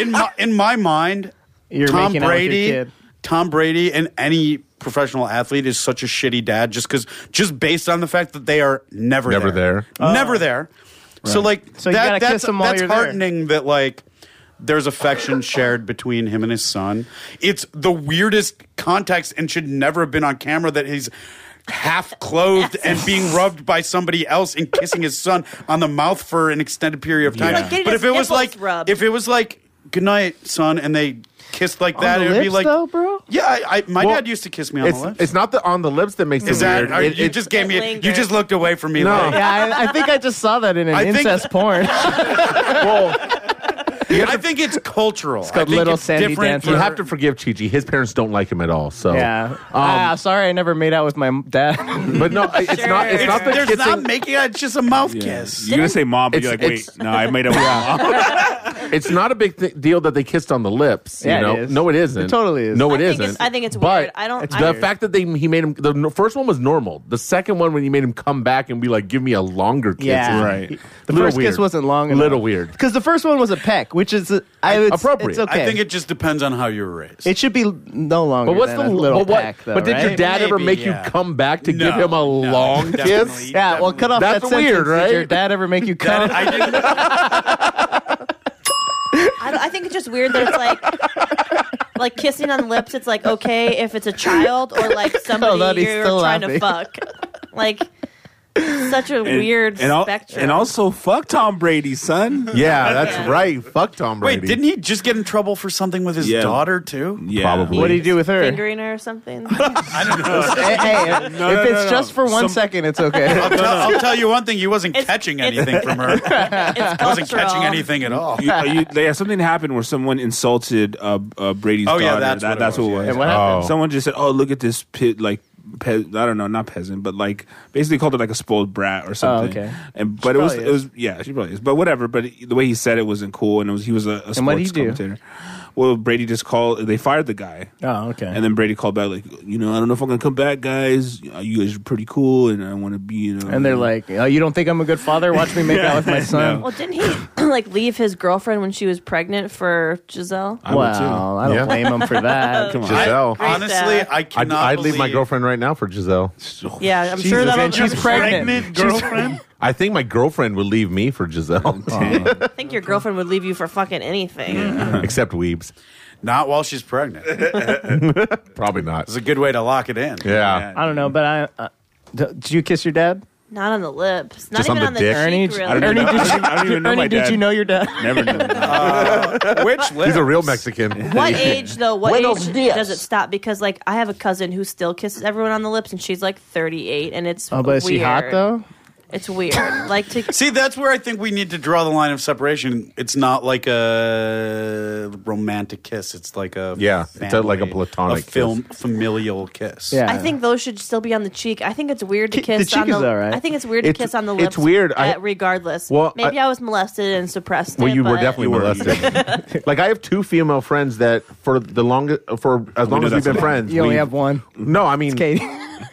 in my in my mind, You're Tom making out with your Brady, kid. Tom Brady, and any professional athlete is such a shitty dad just because just based on the fact that they are never Never never there. So like So you that, gotta that's kiss him while that's you're there. heartening that like there's affection shared between him and his son. It's the weirdest context and should never have been on camera that he's half clothed and being rubbed by somebody else and kissing his son on the mouth for an extended period of time. Like getting but if his it was nipples like rubbed. if it was like good night son and they kissed like that the it would be lips, like though, bro? Yeah, I, I my Well, dad used to kiss me on It's, the lips. it's not the on the lips that makes is it that weird. are, It- you it- just gave me It lingered. you just looked away from me No. like (laughs) Yeah, I, I think I just saw that in an I think- incest (laughs) porn. well, I think it's cultural. It's called Little Sandy Dancer. you have to forgive Chi Chi. His parents don't like him at all. So yeah. um, ah, sorry, I never made out with my dad. (laughs) but no, it's not. It's not the there's kissing. not making out. It's just a mouth Yeah. kiss. You're gonna say mom, but you're like, It's- wait, (laughs) no, (laughs) I made up. Yeah. it's not a big th- deal that they kissed on the lips. Yeah, it you know? is. No, it isn't. It totally is. No, I it think it's- not I think it's but weird. I don't- It's I- the weird. fact that they he made him the n- first one was normal. The second one when he made him come back and be like, "Give me a longer kiss." yeah. right. The Little first weird. kiss wasn't long enough. Little weird. Because the first one was a peck, which is uh, I, it's, Appropriate. It's okay. I think it just depends on how you were raised. It should be no longer. But what's the than a little but what- peck, though, but did your right? dad ever Maybe, make yeah. you come back to No, give him a no, long definitely. kiss? Yeah, well, cut off That's that sentence. weird, (laughs) Did your (laughs) right? dad ever make you come? I didn't- I, I think it's just weird that it's like like kissing on lips. It's like okay if it's a child or like somebody Lord, he's you're still trying to laughing. fuck. Like such a weird and, al- spectrum. and also, fuck Tom Brady, (laughs) son. (laughs) Yeah, that's right. Fuck Tom Brady. Wait, didn't he just get in trouble for something with his Yeah. daughter (laughs) too? Yeah. Probably. What do you do with her? fingering her or (laughs) something. Hey, hey, if no, no, it's no. just for one Some- second, it's okay. (laughs) I'll, tell, I'll tell you one thing: he wasn't It's- catching it's- anything from her. It's He wasn't cultural. catching anything at all. You- you- yeah, something happened where someone insulted uh, uh, Brady's Oh, daughter. yeah, that's That- what it that's was, what it was. and what happened? Someone just said, "Oh, look at this pit like." Pe- I don't know, not peasant, but like basically called her like a spoiled brat or something. Oh, okay. And but it was probably it was yeah, she probably is. But whatever. But the way he said it wasn't cool, and it was he was a, a sports And what'd he do? commentator. Well, Brady just called. They fired the guy. Oh, okay. And then Brady called back like, you know, I don't know if I'm gonna come back, guys. Uh, You guys are pretty cool, and I want to be, you know. and they're like, oh, "You don't think I'm a good father? Watch (laughs) me make out with my son." Well, didn't he (clears throat) like leave his girlfriend when she was pregnant for Giselle? I would wow, I don't Yeah. blame him for that. (laughs) Come on. Giselle. I- Honestly, I I'd, cannot. I'd leave my believe- girlfriend right now for Giselle. Yeah, I'm sure Jesus, that'll. and she's I'm sure- pregnant. girlfriend? I think my girlfriend would leave me for Oh, Giselle, I think your girlfriend would leave you for fucking anything. (laughs) except Weebs. Not while she's pregnant. It's Probably not. a good way to lock it in. Yeah. (laughs) I don't know, but I. Uh, d- did you kiss your dad, Not on the lips. Not Just on even the on the, dick. Ernie? cheek, I don't really. Ernie, even know, I did don't even- I don't even know Ernie? my dad. Did you know your dad? (laughs) Never knew. Oh, Which lips? He's a real Mexican. What age though? What age does it stop? Because like I have a cousin who still kisses everyone on the lips, and she's like 38, and it's Oh, but is she hot weird. though? It's weird. like (laughs) to See, that's where I think we need to draw the line of separation. It's not like a romantic kiss. It's like a Yeah, it's a- like a platonic a film familial kiss. Yeah. I think those should still be on the cheek. I think it's weird to Ki- the kiss cheek on the. is all right. I think it's weird to It's- kiss on the lips. it's weird. I- uh, regardless. Well, maybe I- I, was molested and suppressed. Well, it, you were but- (laughs) definitely molested. like I have two female friends that for the longest, for as long know as we've that's been not- friends, You only we- have one. No, I mean, Katie.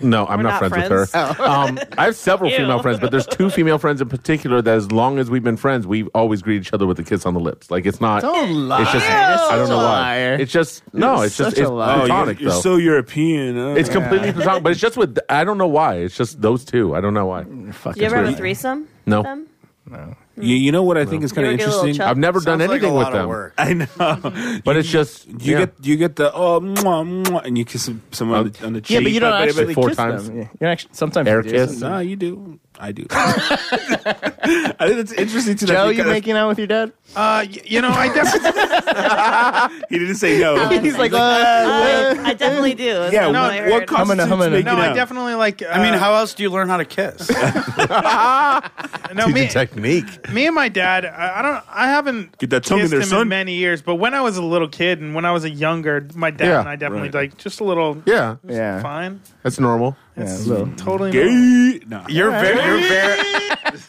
no, I'm We're not, not friends, with her. Um, I have several Ew. female friends, but there's two female friends in particular that as long as we've been friends, we've always greet each other with a kiss on the lips. Like it's (laughs) not. Don't lie. It's just You're I don't such know a why. liar. It's just no. You're It's just such a it's liar. Oh, you're- platonic you're though. so European. uh. it's completely platonic, but it's just with I don't know why. It's just those two. I don't know why. Do you ever have a weird. threesome? No. with them? You, you know what I think is kind You of ever get a little interesting. chub? I've never Sounds done like a anything lot with of them. work. (laughs) I know, But it's just you yeah. get you get the oh mwah, mwah, and you kiss someone on the, on the cheek. Yeah, but you don't but- but actually four kiss times. them. You don't actually, sometimes Air you do, kiss. sometimes- No, you do. (laughs) I do. I think it's interesting to Joe, you making out with your dad? Uh, y- you know, I definitely. He didn't (laughs) say no. (laughs) He's like, uh, Uh, I definitely do. That's yeah, what I what, heard. what constitutes I'm gonna- making No, I out? definitely like. Uh, I mean, how else do you learn how to kiss? No, Teach me, a technique. (laughs) me and my dad. I, I don't. I haven't Get that tongue in kissed there, him son. in many years. But when I was a little kid and when I was a younger, my dad Yeah. and I definitely Right. like just a little. Yeah, yeah, Fine. that's normal. yeah, so- Totally. normal. (laughs) Gay? No. You're very, you're very.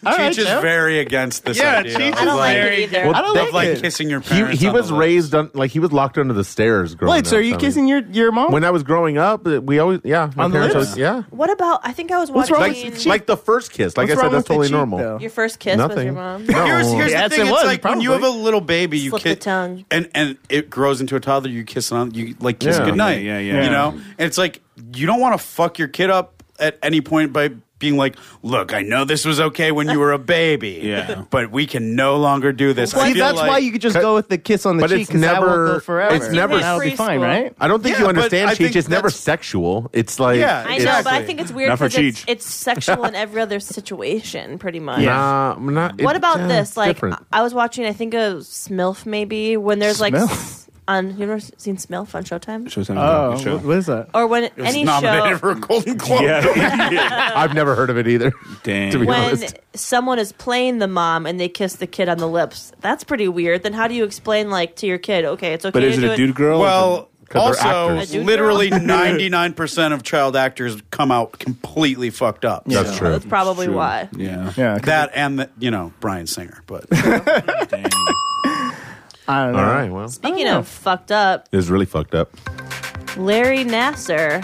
Cheech is very against this Yeah, idea. Cheech of I don't like Very it either. Well, I don't they- like, like it. kissing your he, parents. he on was the lips. raised on like he was locked under the stairs growing Wait, up. so are you kissing your your mom? When I was growing up, it- we always yeah. Oh. My On the parents lips? always yeah. What about? I think I was What's watching wrong Like like the first kiss. Like What's I wrong said, that's with the totally cheek, normal. though? your first kiss with your Nothing. mom. No. Here's, here's Yes, the thing. it It's was, like when you have probably. a little baby, you Slip kiss the tongue. and and it grows into a toddler. You kiss it on. You like kiss Yeah. goodnight. Yeah, yeah, yeah. You know, and it's like you don't want to fuck your kid up at any point by being like, "Look, I know this was okay when you were a baby. Yeah. but we can no longer do this." I See, feel that's like- why you could just Cut- go with the kiss on the But cheek it's because that never- will go forever. it's never- that'll be fine, Preschool. right? I don't think Yeah, you but understand, I Cheech. think It's never that's- sexual. It's like Yeah, I it's- know, but I Exactly. think it's weird Not for because it's, Cheech. it's sexual in every other situation, pretty much. Nah, I'm not. What it- about uh, this? Like, different. I I was watching, I think a Smilf maybe when there's like Smilf? s- on. You ever seen Smilf on Showtime? Showtime. Oh, Show. wh- what is that? Or when It was any nominated (laughs) show for a Golden Globe. (laughs) Yeah. I've never heard of (laughs) it either. (laughs) Dang. To be when honest. someone is playing the mom and they kiss the kid on the lips. That's pretty weird. Then how do you explain like to your kid? Okay, it's okay. But to is it do a dude girl? Well, 'Cause they're also, actors. A dude (laughs) literally 99% of child actors come out completely fucked up. That's So true. That's probably Sure. why. (laughs) Yeah. Yeah, 'cause That and, the, you know, Brian Singer. (laughs) But Dang. I don't know. All right, well, Speaking of fucked up, it was really fucked up. Larry Nasser,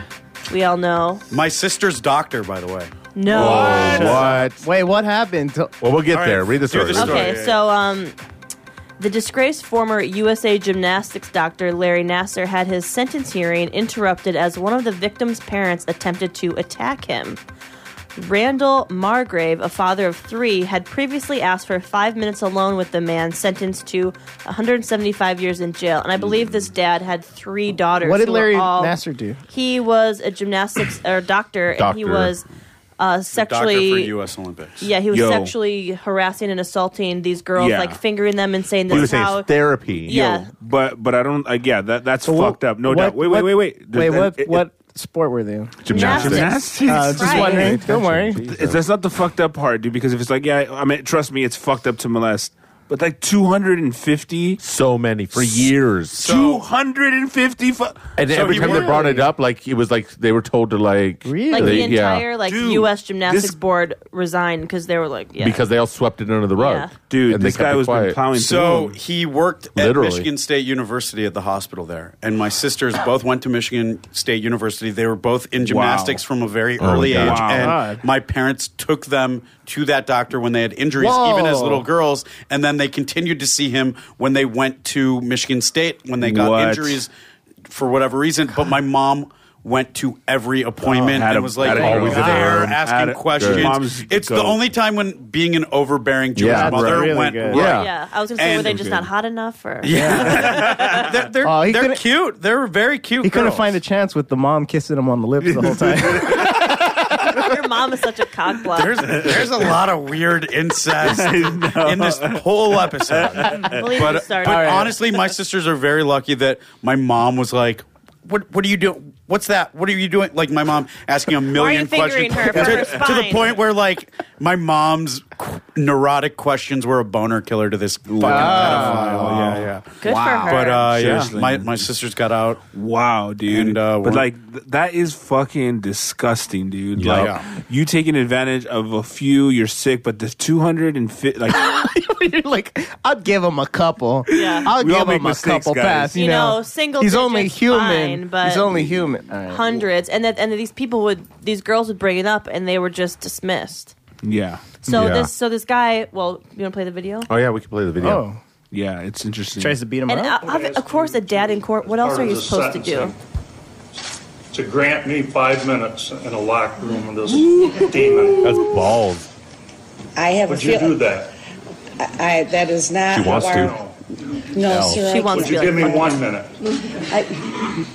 we all know. my sister's doctor, by the way. No. What? Wait, what happened? To- Well, we'll get All right, there. Read the do story. the story. Okay, yeah. so um, the disgraced former USA gymnastics doctor Larry Nasser had his sentence hearing interrupted as one of the victim's parents attempted to attack him. Randall Margrave, a father of three, had previously asked for five minutes alone with the man sentenced to 175 years in jail. And I believe this dad had three daughters. What did who were Larry all- Nasser do? He was a gymnastics or doctor, and he Doctor. was uh, Doctor sexually. for U.S. Olympics. Yeah, he was Yo. sexually harassing and assaulting these girls, Yeah. like fingering them and saying this He was is saying how. it's therapy. yeah, But but I don't. Like, yeah, that that's what- fucked up. No what- doubt. Wait wait what- wait wait. Wait, Th- what it- what sport were they? Gymnastics. Gymnastics. Uh, just Right. wondering. Don't worry. It's- that's not the fucked up part, dude. Because if it's like, yeah, I mean, trust me, it's fucked up to molest. But like 250, So many for years. 250. Fu- And So every he time they really- brought it up, like it was like they were told to like Really? like they- the entire like Dude, U.S. Gymnastics this- Board resigned because they were like, yeah, because they all swept it under the rug. Yeah. dude, And they this kept guy it was been quiet. plowing So through. 'em. he worked Literally. at Michigan State University at the hospital there, and my sisters both went to Michigan State University. They were both in gymnastics from a very early God. age, Wow. and Oh God. my parents took them to that doctor when they had injuries, Whoa. even as little girls, and then they continued to see him when they went to Michigan State when they got What? injuries for whatever reason. But my mom. Went to every appointment Had a- and was like had a there, girl. Had a- asking questions. Mom's it's the goat. only time when being an overbearing Jewish Yeah, mother right. Really went right. good. Yeah. yeah. I was gonna say, were And- they just not hot enough or? Yeah. they're they're, Oh, he they're couldn't- cute. They're very cute. He couldn't girls. find a chance with the mom kissing him on the lips the whole time. (laughs) (laughs) Your mom is such a cockblock. There's there's a lot of weird (laughs) incest in this whole episode. I believe you But, but started. honestly, my sisters are very lucky that my mom was like, "What what are you doing? What's that? What are you doing?" Like my mom asking a million fingering questions her for her to, to the spine? point where like my mom's qu- neurotic questions were a boner killer to this fucking pedophile. oh, Yeah, yeah. Oh, Good for her. But uh, yeah, Seriously. my my sisters got out. Wow, dude. And, uh, but we're- like th- that is fucking disgusting, dude. Yeah. Like Yeah. you taking advantage of a few, you're sick, but the 250 like (laughs) You're like, I'll give him a couple. Yeah. I'll We all give make him a mistakes, couple guys. pass. You, You know, know, single He's only digits, human. fine, but- he's only human. All right. hundreds, and that and these people would these girls would bring it up, and they were just dismissed. yeah. So Yeah. this so this guy. Well, you want to play the video? Oh yeah, we can play the video. Oh, Yeah, it's interesting. tries to Mm. beat him And up. uh, of- of course, a dad in court. What else are you As supposed part to of the do? to grant me five minutes in a locked room with this demon. That's balls. I have Would a you feeling. do that? I, that is not. She wants how to. our- No, sir. She I wants Would to be you give like, me one minute? can't-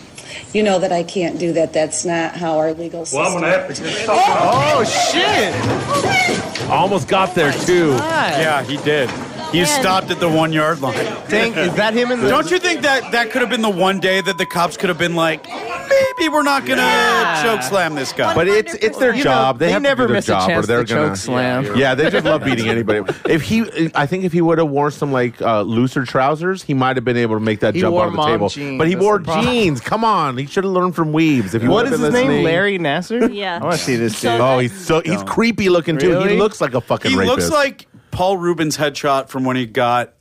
You know that I can't do that. That's not how our legal Well, I'm system. gonna have to get something. Oh shit! Almost got there too. Yeah, he did. He stopped at the one yard line. Dang, is that him in the? Don't you think that that could have been the one day that the cops could have been like, maybe we're not gonna choke slam this guy? But it's it's their You know, job. they they have never to do their miss a job, chance or they're to gonna choke slam. Yeah, they just love beating anybody. If he, I think if he would have worn some like uh, looser trousers, he might have been able to make that He jump wore out of the mom table. jeans. But he That's wore the problem. jeans. Come on, he should have learned from Weebs. If he What would've is his been name? listening- Larry Nasser. (laughs) Yeah. I want to see this dude. So- Oh, he's so he's creepy looking too. Really? He looks like a fucking he rapist. looks like Paul Rubin's headshot from when he got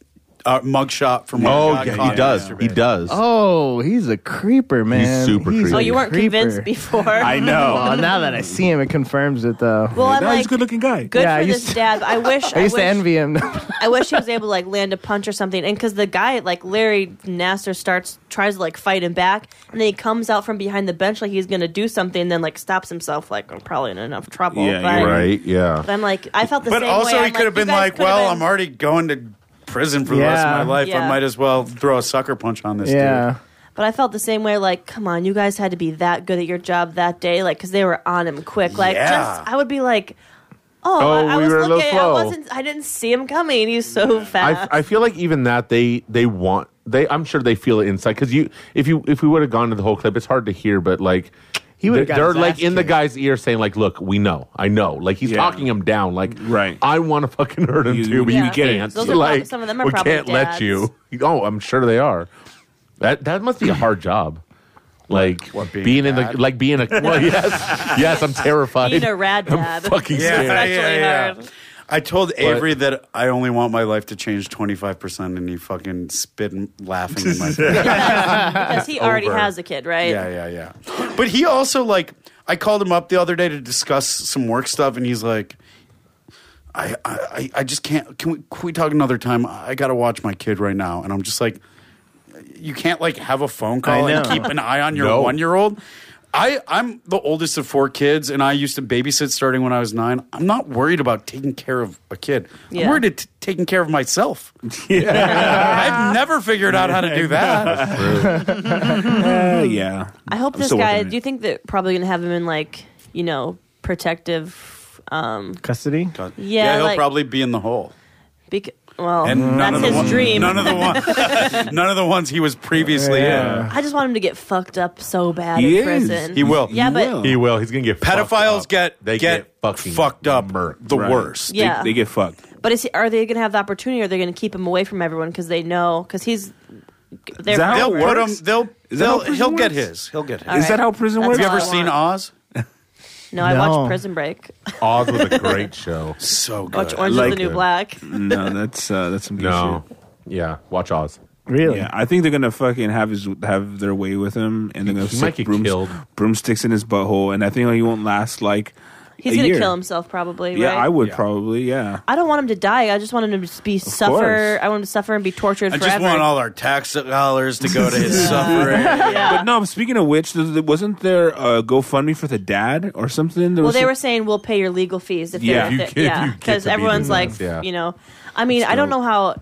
uh, mugshot from when Oh he got yeah, caught he does. masturbating. He does. Oh, he's a creeper, man. super creepy. oh, you weren't creeper. (laughs) convinced before. I know. (laughs) Well, now that I see him, it confirms it though. (laughs) well, I'm no, he's like, a good-looking guy. good Yeah, I for used this to- (laughs) dad. but I wish I used wish, to envy him. I wish he was able to like land a punch or something. And because the guy, like Larry Nasser, starts tries to like fight him back, and then he comes out from behind the bench like he's gonna do something, and then like stops himself like I'm probably in enough trouble. Yeah, but, you're right? Yeah. But I'm like, I felt the But same way. also, I'm he could have you been guys like, could have well, been- I'm already going to prison for the rest of my Yeah. life. Yeah. I might as well throw a sucker punch on this yeah. dude. But I felt the same way. Like, come on, you guys had to be that good at your job that day, like because they were on him quick. Like, Yeah. just I would be like. Oh, Oh, I, I we was were a little looking. slow. I wasn't. I didn't see him coming. He's so fast. I, I feel like even that they they want they I'm sure they feel it inside because you if you if we would have gone to the whole clip it's hard to hear but like He they're, would've got they're his like ass in the kicked. guy's ear saying like look we know I know like he's Yeah. talking him down like Right. I want to fucking hurt him You- too but Yeah. you can't Those are like prob- some of them are we probably can't let dads. you oh I'm sure they are that that must be a hard job. Like being, in the like being a well, yes (laughs) yes I'm terrified Being a (laughs) rad I'm dad. fucking Yeah, scared. yeah, Especially yeah. hard. I told Avery that I only want my life to change 25%, and he fucking spit and laughing in (laughs) my face. because he already over. has a kid, right? Yeah, yeah, yeah. But he also like I called him up the other day to discuss some work stuff, and he's like, I I, I- I just can't. Can we can we talk another time? I got to watch my kid right now, and I'm just like, you can't like have a phone call I and know. keep an eye on your No. one year old. I, I'm the oldest of four kids, and I used to babysit starting when I was nine. I'm not worried about taking care of a kid. Yeah. I'm worried at t- taking care of (laughs) myself. I've never figured out how to do (laughs) that. Uh, yeah. I hope I'm this still working guy. on it. Do you think that probably gonna have him in like you know protective? Um, Custody? Yeah, he'll like- probably be in the hole. bec- well, And none Oh, that's of the his one- dream. none of the one- None of the ones he was previously in. I just want him to get fucked up so bad He in is. prison. He will. Yeah, but He will. He's gonna get Pedophiles get they get, fucking fucked up the Right. worst. They- Yeah. they get fucked. but is he, are they gonna have the opportunity? or Are they gonna keep him away from everyone because they know because he's they're they'll put him. They'll. that They'll. how prison He'll get works? his. He'll get his. All Is that right. how prison That's works? Have you all ever I seen Oz? No, I No. watched Prison Break. Uh, Oz was a great show. So I watched Orange is the New Black. no, that's uh, that's some good No. shit. Yeah, watch Oz. Really? Yeah, I think they're gonna fucking have his have their way with him, and they're gonna He stick might get brooms- killed. broomsticks in his butthole, and I think he won't last like. He's a gonna year. kill himself probably. Yeah, right? I would probably. Yeah. I don't want him to die. I just want him to just be suffer. course. I want him to suffer and be tortured I forever. just want all our tax dollars to go to his (laughs) suffering. But no, speaking of which, th- th- wasn't there a GoFundMe for the dad or something? There well, was they some- were saying we'll pay your legal fees if Yeah. they're, You they're- get- yeah, you get because to be everyone's the like, nuts, yeah. you know, I mean, I don't know how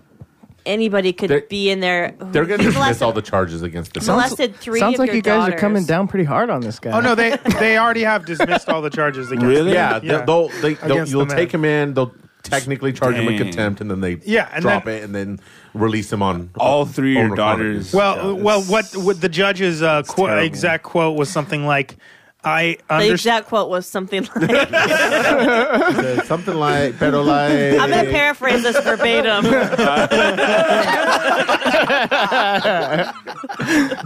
anybody could They're- be in there. They're gonna He's dismiss molested- all the charges against the Sounds- Molested three Sounds of like your you guys are daughters. coming down pretty hard on this guy. Oh no, they they already have dismissed all the charges against. Really? him. Yeah, they'll, they'll, they, they'll Against you'll the man. take him in. They'll technically charge him with Dang. contempt, and then they Yeah, and drop then- it, and then release him on (laughs) all three of on your recording. daughters. Well, well, what, what the judge's uh, qu- terrible. exact quote was something like, "I The understand." exact quote was something (laughs) like, Uh, something like (laughs) pedo like. I'm going to paraphrase this verbatim.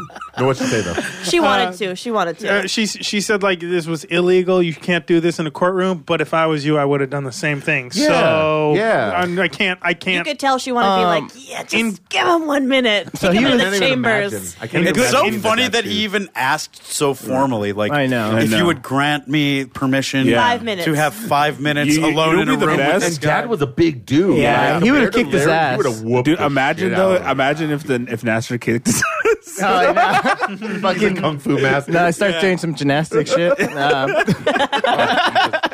(laughs) No, what you say though? She wanted to. She wanted Uh, to. she she said like this was illegal. You can't do this in a courtroom. But if I was you, I would have done the same thing. Yeah, So yeah. I'm, I can't. I You can't. could tell she wanted um, to be like, yeah, just give him one minute. Take he him to was- the chambers. I can't even It's so imagine funny that dude. he even asked so formally. Like, I know. If I you know. would grant me permission, Yeah. Five minutes. to have five minutes You- you- alone you'll in a be the room. best. With And this dad guy. was a big dude. Yeah, Like, he would've compared to kicked his Larry, ass. He would have whooped. Dude, the imagine shit though. out of him. Imagine if the if Nasser kicked. (laughs) Oh, I know. He's a Fucking kung fu (laughs) master. No, I start doing some gymnastic shit. Um,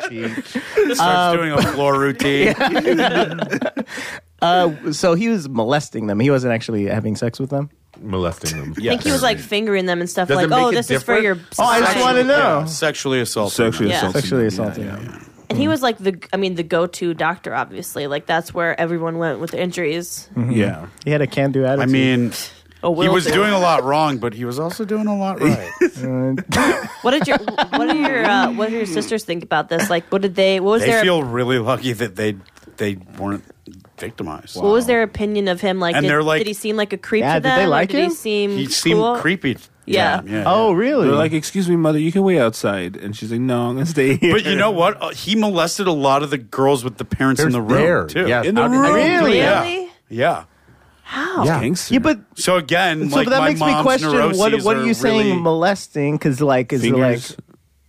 starts doing a floor routine. uh, so he was molesting them. He wasn't actually having sex with them. molesting them. I think he was like fingering them and stuff Does it like, make oh, it this is for different? your Oh, I just society." want to know. Yeah, sexually assaulted. (laughs) Sexually Yeah. assaulted. Sexually assaulting them. And he was like the, I mean, the go-to doctor, obviously. Like that's where everyone went with the injuries. Yeah. He had a can-do attitude. I mean, Oh, he will was to. doing a lot wrong, but he was also doing a (laughs) lot right. What did your What did your uh, What did your sisters think about this? Like, what did they? What was they their feel really lucky that they they weren't victimized. What was their opinion of him? Like, And did, they're like- did he seem like a creep Yeah, to did they them? or like did him? He seem He seemed cool? creepy. to Yeah. them. yeah. oh, really? They're like, "Excuse me, mother, you can wait outside," and she's like, "No, I'm gonna stay (laughs) here." But you know what? Uh, he molested a lot of the girls with the parents in the room There, too. yes. In the How did- room. really? Yeah. Really? Yeah. How? Yeah. Gangster. Yeah, but So again, so like that my makes me mom's question what neuroses what are you saying really- molesting? Because like is it like Fingers.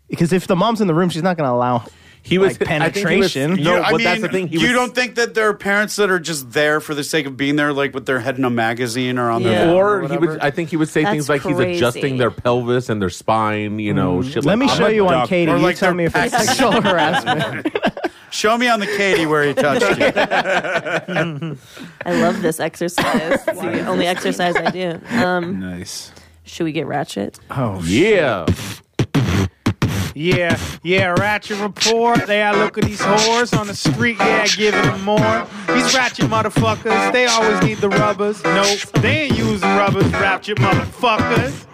because if the mom's in the room, she's not gonna allow. He was Like penetration. I think he was, no, You- I but mean, that's the thing. He you was, don't think that there are parents that are just there for the sake of being there, like with their head in a magazine or on Yeah. their phone Or he would. whatever? I think he would say That's things like crazy. Mm-hmm. he's adjusting their pelvis and their spine. You know, shit. Let like me that. show you on duck. Katie. Or, like, you tell they're me if it's packing- sexual harassment. Show me on the Katie where he touched (laughs) you. I love this exercise. It's the only exercise I do. Um, nice. should we get ratchet? Oh, Yeah. Yeah, yeah, Ratchet Report. They I look at these whores on the street, yeah, giving them more. These ratchet motherfuckers, they always need the rubbers. Nope, they ain't using rubbers, ratchet motherfuckers.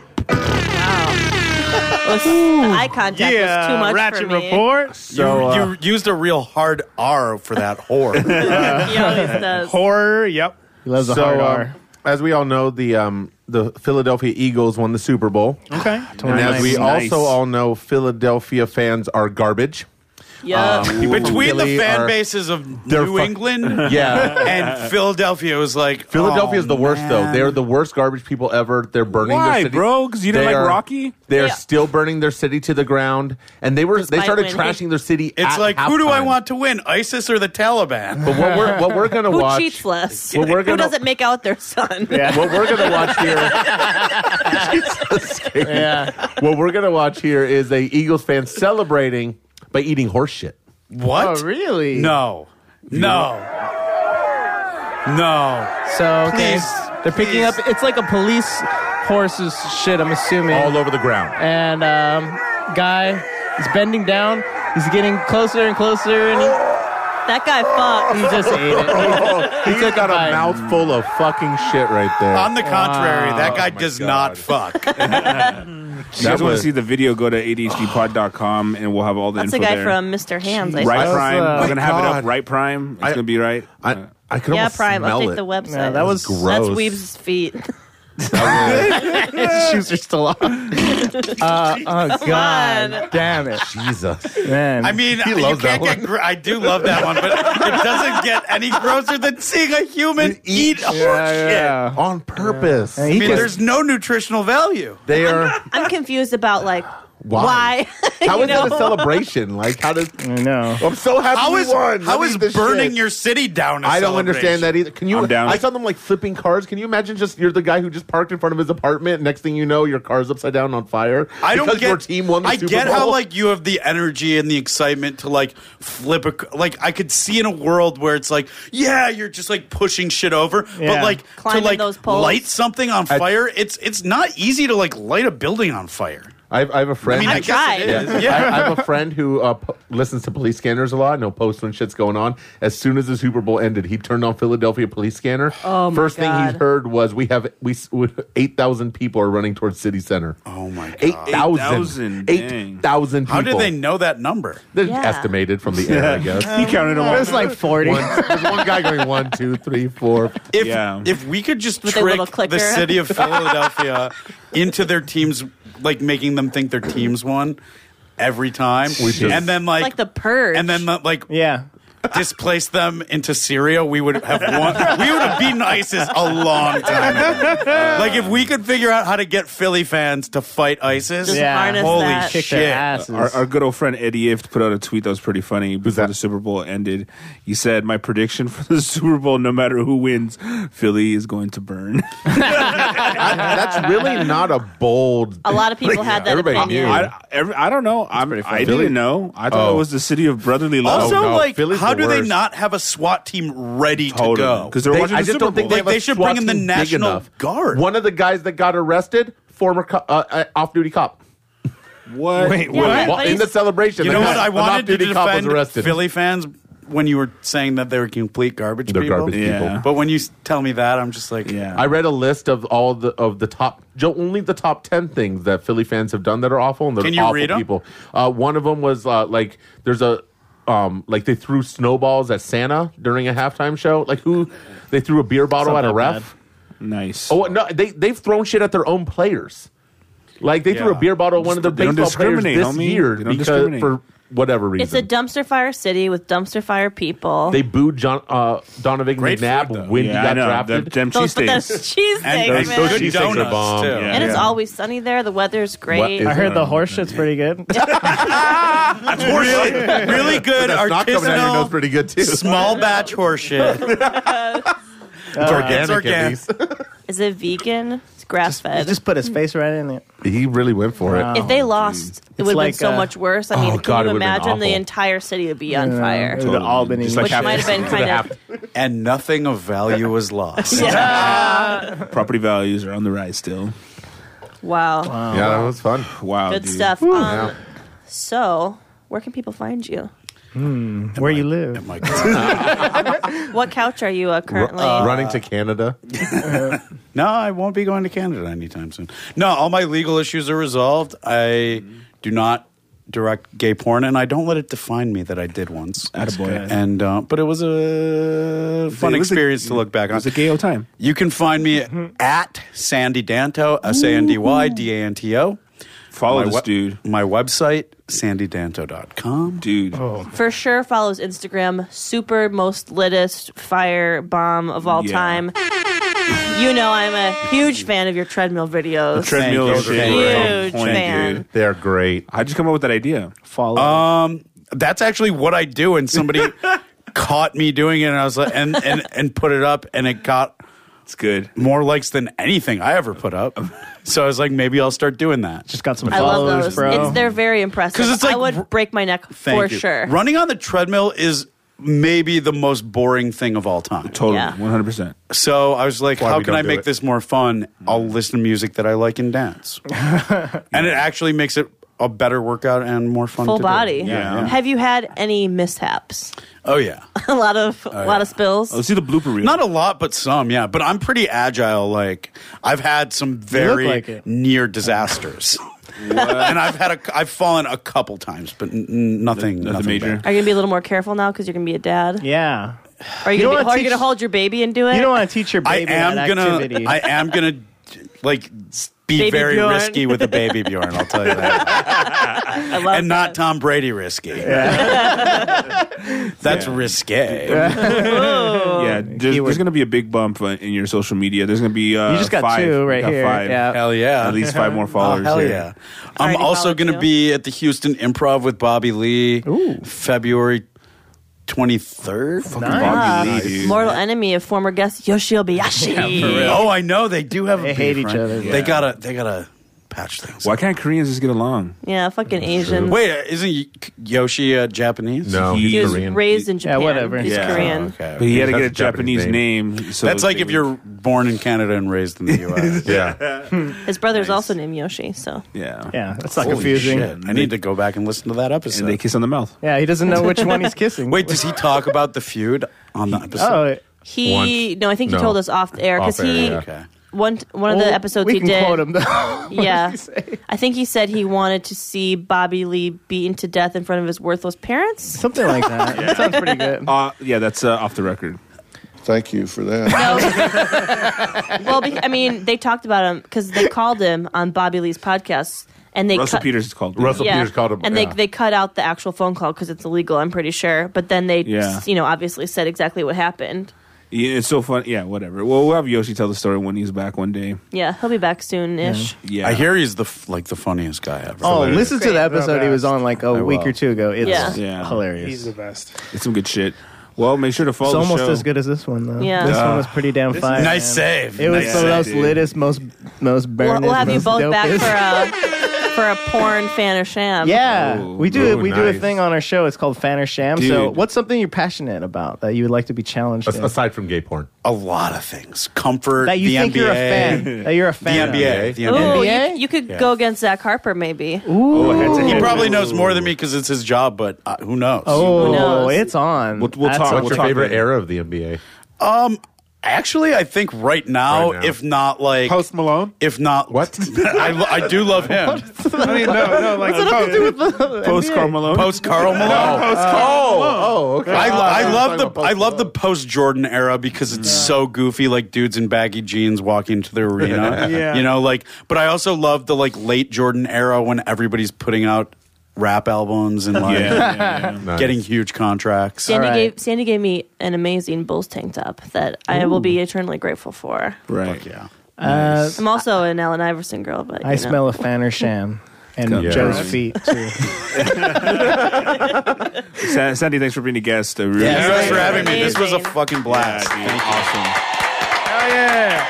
Was- the eye contact was too Yeah, much Ratchet for me. Report. you, uh, you used a real hard R for that (laughs) whore. (laughs) He always uh, does. Horror, yep. he loves a hard um, R. as we all know, the um, the Philadelphia Eagles won the Super Bowl. Oh, Okay. And as we (laughs) Nice. also all know, Philadelphia fans are garbage. Yeah. uh, Um, Between the Philly fan are- bases of they're New fu- England (laughs) Yeah. and Philadelphia, it was like Philadelphia oh, is the worst though. They're the worst garbage people ever. They're burning Why, their city. bro? 'Cause you didn't They like are- Rocky? They are Yeah. still burning their city to the ground, and they were they Despite started winning. trashing their city. It's at like, who do I halftime. want to win, ISIS or the (laughs) Taliban? But what we're what we're (laughs) gonna Who watch? cheats less? Well, we're Who gonna- doesn't make out their son? What we're gonna watch here? (laughs) Yeah. What we're gonna watch here is a Eagles fan celebrating by eating horse shit. What? Oh, really? No. No. No. So okay. Please. they're picking up. It's like a police horse's shit. I'm assuming all over the ground. And um, guy is bending down. He's getting closer and closer, and he, (laughs) that guy fucked. He just ate it. (laughs) He took out a mouthful of fucking shit right there. On the contrary, that guy Oh my does God. not fuck. If you guys want was- to see the video, go to adhdpod.com and we'll have all the That's a info guy there. from Mr. Hands. I Right think. Prime. uh, We're going to my have it up. God. Right Prime. It's going to be right. I, I could Yeah, almost Prime. smell Update it. the website. Yeah, that was That's gross. Weeb's feet. his shoes are still off. Uh, oh God, damn it, (laughs) Jesus, man! I (laughs) mean, you can't get. Gr- I do love that one, but it doesn't get any grosser than seeing a (laughs) human eat, horse shit. on purpose. I mean, there's no nutritional value. They are I'm confused about like why. Why? (laughs) How You is that a know? celebration? Like (laughs) how does? I know. I'm so happy How we is won. how Let me is eat this burning shit. your city down? I I don't understand that either. Can you? I'm down. I saw them like flipping cars. Can you imagine? Just you're the guy who just parked in front of his apartment. Next thing you know, your car's upside down on fire. I don't because get. your team won the I Super get how Bowl. like you have the energy and the excitement to like flip a c- like I could see in a world where it's like yeah you're just like pushing shit over Yeah. but like Climbing to like those poles. light something on I- fire it's it's not easy to like light a building on fire. I have, I have a friend. mean, I I've tried. guess it is. I, Yeah. I have a friend who uh, p- listens to police scanners a lot and he'll post when shit's going on. As soon as the Super Bowl ended, he turned on Philadelphia police scanner. Oh, my First thing God. he heard was we have we s- we- 8,000 people are running towards city center. Oh my god. 8,000. 8,000, dang. 8,000 people. How did they know that number? They're Yeah. estimated (laughs) from the air, I guess. He counted them all. There's like forty. One, there's one guy going one, two, three, four. If Yeah. if we could just With a trick little clicker. the city of Philadelphia into their teams, like making them think their teams won every time, just- and then like, It's like the purge. and then like Yeah. displace them into Syria, we would have won. we would have beaten ISIS a long time. ago. like if we could figure out how to get Philly fans to fight ISIS, Just Yeah. harness holy that. Kick their shit. asses. Our, our good old friend Eddie Ift put out a tweet that was pretty funny before the Super Bowl ended. He said, "My prediction for the (laughs) Super Bowl, no matter who wins, Philly is going to burn." I- that's really not a bold. A lot of people had that Everybody opinion. knew. I, every, I don't know. I'm, I Philly- didn't know. I thought Oh. it was the city of brotherly love. Also, Oh, no. like, Philly's how the do they worst. not have a SWAT team ready to go? because they're They- watching I the just Super don't Bowl. think they, Like, have a they should SWAT bring in the team big National enough. Guard. One of the guys that got arrested, former co- uh, uh, off-duty cop. what? Wait, Yeah, but- Well, but in he's- the celebration, You the know guy- what? I an wanted to off-duty cop was defend arrested. Philly fans when you were saying that they were complete garbage They're people. garbage Yeah. people. But when you s- tell me that, I'm just like, Yeah. I read a list of all the of the top, jo- only the top ten things that Philly fans have done that are awful, and they're Can you awful read 'em? people. Uh, one of them was uh, like there's a um, like they threw snowballs at Santa during a halftime show. Like who? They threw a beer bottle not at a that ref. bad. nice. Oh no, they they've thrown shit at their own players. Like they threw a Yeah. beer bottle at one of their They don't baseball players discriminate, this homie. year They don't because discriminate. for whatever reason. it's a dumpster fire city with dumpster fire people. they booed John uh, Donovan Great McNabb food, though. when Yeah, I he got know. drafted. The, them (laughs) cheese those, but those steaks. cheese And things, those, man. those Cheese cheese steaks are donuts bomb. too. Yeah. and it's Yeah. always sunny there. The weather's great. is- I heard the horse shit's pretty good. Horseshit. really good (laughs) That's not coming out of your nose artisanal pretty good too. small batch horseshit. it's organic, it's organic. at least. Is it vegan? It's grass He fed. just put his face right in it. he really went for it. If they lost, it would have like, been so uh, much worse. I mean, Oh, can God, it you would've been imagine the awful. entire city would be on Yeah. fire? It would've all been Just eaten. like Which might have been kind of. and nothing of value was lost. Property values are on the rise still. Wow. yeah, that was fun. Wow, um, Good dude. stuff. Um, Yeah. so, where can people find you? Where you live? My God. What couch are you uh, currently? Uh, running to Canada. no, I won't be going to Canada anytime soon. No, all my legal issues are resolved. I do not direct gay porn, and I don't let it define me that I did once. Attaboy. good. And uh, but it was a fun It was a- experience to look back It on. was a Mm-hmm. gay old time. You can find me at Sandy Danto, S A N D Y D A N T O. Follow my this dude. My website, sandydanto.com. Dude. For sure, follows Instagram. Super most litest fire bomb of all Yeah. time. You know I'm a huge fan of your treadmill videos. The treadmill huge is shit. fan. They're great. How'd you come up with that idea? Follow. Um, that's actually what I do, and (laughs) somebody caught me doing it, and I was like, and and and put it up, and it got. It's good. More likes than anything I ever put (laughs) up. So I was like, maybe I'll start doing that. Just got some I love those. It's, they're very impressive. 'Cause it's like- I would break my neck Thank for you. sure. Running on the treadmill is maybe the most boring thing of all time. Totally. Yeah. 100%. So I was like, Why how we can don't I do make it. Mm. this more fun? I'll listen to music that I like and (laughs) dance. and it actually makes it a better workout and more fun. Full to do. body. Yeah. Have you had any mishaps? (laughs) oh, yeah. a lot Oh, of a lot of spills. see the blooper reel. Not a lot, but some, yeah. But I'm pretty agile. Like I've had some very like it. near (laughs) disasters, and I've had a, I've fallen a couple times, but n- n- nothing, nothing major. Are you gonna be a little more careful now because you're gonna be a dad? Yeah, Are you, You don't gonna, be, wanna are you teach- gonna hold your baby and do it? You don't want to teach your I am gonna, I am gonna, like be Baby very Bjorn. risky with a baby Bjorn. I'll tell you that, (laughs) I love and not Tom Brady risky. (laughs) That's risque. yeah, there's, there's going to be a big bump uh, in your social media. There's going to be uh, You just got five, two right You got here. Five. Yeah. Hell yeah. At least five (laughs) more Oh, followers. hell here. yeah. I'm also going to be at the Houston Improv with Bobby Lee February 23rd. Fucking Bobby Lee, dude. Ah, Mortal enemy of former guest Yoshiobi Yashi. Yeah, for real. Oh, I know they do have. They hate each other. They gotta. They gotta patch things. Why can't Koreans just get along? Yeah, fucking Asian. Wait, uh, isn't Y- Yoshi uh, Japanese? No, he was raised in Japan. He's Korean. Oh, But he had to get a Japanese name. so That's like they if you're born in Canada and raised (laughs) in the U.S. Yeah. His brother's also named Yoshi, so Yeah. Yeah, that's not Holy confusing. shit. I need to go back and listen to that episode. And they kiss on the mouth. Yeah, he doesn't know which (laughs) one he's kissing. Oh, Wait, does he talk about the feud on the episode? he no, I think he told us off the air because Off air, he yeah. Okay. one one of Well, the episodes we he can did. quote him, (laughs) though. What did yeah, he I think he said he wanted to see Bobby Lee beaten to death in front of his worthless parents, something like that. Sounds pretty (laughs) good. Uh, yeah, that's uh, off the record. Thank you for that. well, be- I mean, they talked about him because they called him on Bobby Lee's podcast, and they Russell cut- Peters is called. Yeah. and they they cut out the actual phone call because it's illegal. I'm pretty sure, but then they, Yeah. you know, obviously said exactly what happened. Yeah, it's so fun. Yeah, whatever. Well, we'll have Yoshi tell the story when he's back one day. Yeah, he'll be back soon ish. Yeah, I hear he's the f- like the funniest guy ever. Oh, listen to the episode he was on like a week or two ago. It's Yeah. Yeah. hilarious. He's the best. It's some good shit. Well, make sure to It's follow. almost the show. as good as this one though. Yeah. This Uh, one was pretty damn this is- fire. Nice man. save. It was Nice the most save, dude. litest, most most We'll, burned. we'll have you most both back dopest. for um, a for (laughs) a porn fan or sham. Yeah, we do ooh, we do a nice. thing on our show. It's called Fan or Sham. So, Dude. what's something you're passionate about that you would like to be challenged? in? Aside from gay porn, a lot of things. Comfort. That you the think NBA, you're a fan. That you're a fan of. The NBA. The Ooh, NBA. You, you could Yeah. go against Zach Harper, maybe. He probably knows more than me because it's his job, but uh, who knows? Oh, Who knows? it's on. We'll- we'll That's talk- on. What's your favorite era of the NBA? Um, actually, I think right now, Right now. if not like Post Malone, if not what, I, lo- (laughs) I do love him. I mean, no, no, like What's it have to do with post Carl Malone, post Carl (laughs) Malone. No, post Karl Malone. Oh, okay. I, Oh, I I was love talking the I love the post Jordan era because it's so goofy, like dudes in baggy jeans walking into the arena. (laughs) Yeah. you know, like. But I also love the like late Jordan era when everybody's putting out rap albums and like Yeah, (laughs) yeah, yeah. getting huge contracts. Sandy gave Sandy gave me an amazing Bulls tank top that I will be eternally grateful for. Right. yeah. Uh, I'm also an Allen Iverson girl, but you I know. smell a Fan or Sham and Come Joe's on. feet too. Sa- Sandy, thanks for being a guest. I really- Yeah, thanks for having me. This was a fucking blast. awesome. Hell yeah.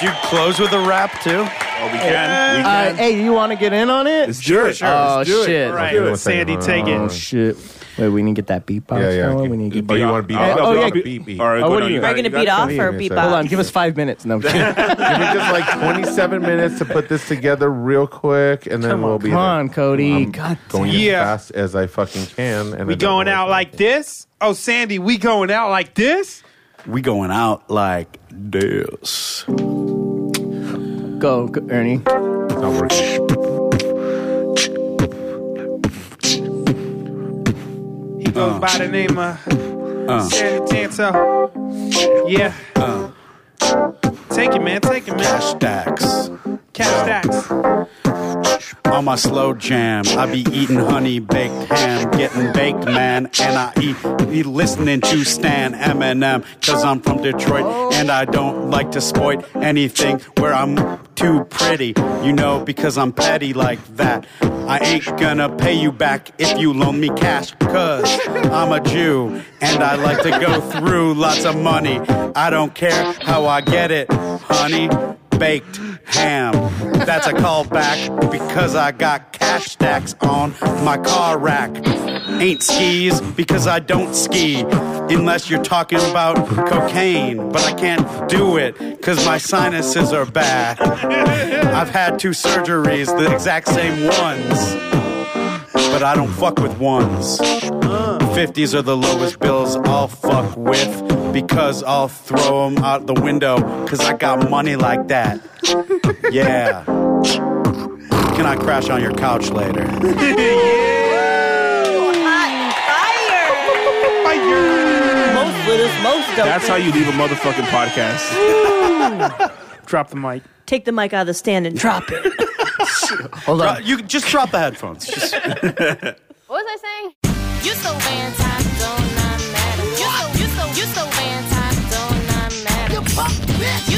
Do you close with a rap too? Oh, we Uh, hey, you want to get in on it? Let's do it. Oh Let's do it. shit! All right, Give it a Sandy, second. take it. Oh shit! Wait, we need to get that beatbox. uh, Yeah, yeah, going. okay. We need to get But you beat wanna off. beat oh, off? Oh, I'll yeah. beat- beat- beat. All right, All what do right, good you? on you. Are you gonna beat off or beatbox? Hold on, give us five minutes. (laughs) No, I'm kidding. Give me just like 27 minutes to put this together real quick, and then Come on, we'll be come there. on, Cody. I'm God going damn. as Yeah. fast as I fucking can. And We I don't going know. out like this? Oh, Sandy, we going out like this? We going out like this. Go, go, Ernie. Not working. He goes by the name of Uh. Sandy Tanto. Yeah. Take it, man. Take it, man. Cash stacks. Cash stacks. On my slow jam, I be eating honey baked ham, getting baked, man, and I eat, be listening to Stan Eminem, cause I'm from Detroit, and I don't like to spoil anything where I'm too pretty, you know, because I'm petty like that. I ain't gonna pay you back if you loan me cash, cause I'm a Jew, and I like to go through lots of money. I don't care how I get it, honey baked ham. That's a callback because I got cash stacks on my car rack. Ain't skis because I don't ski unless you're talking about cocaine, but I can't do it because my sinuses are bad. I've had two surgeries, the exact same ones, but I don't fuck with ones. 50s are the lowest bills I'll fuck with because I'll throw them out the window because I got money like that. (laughs) Yeah. Can I crash on your couch later? Most litters, most don't. That's how you leave a motherfucking podcast. Drop the mic. Take the mic out of the stand and drop it. Hold on. You just drop the headphones. Just- What was I saying? You so anti-don't I'm mad. You so you so you so anti-don't I'm mad. You punk bitch.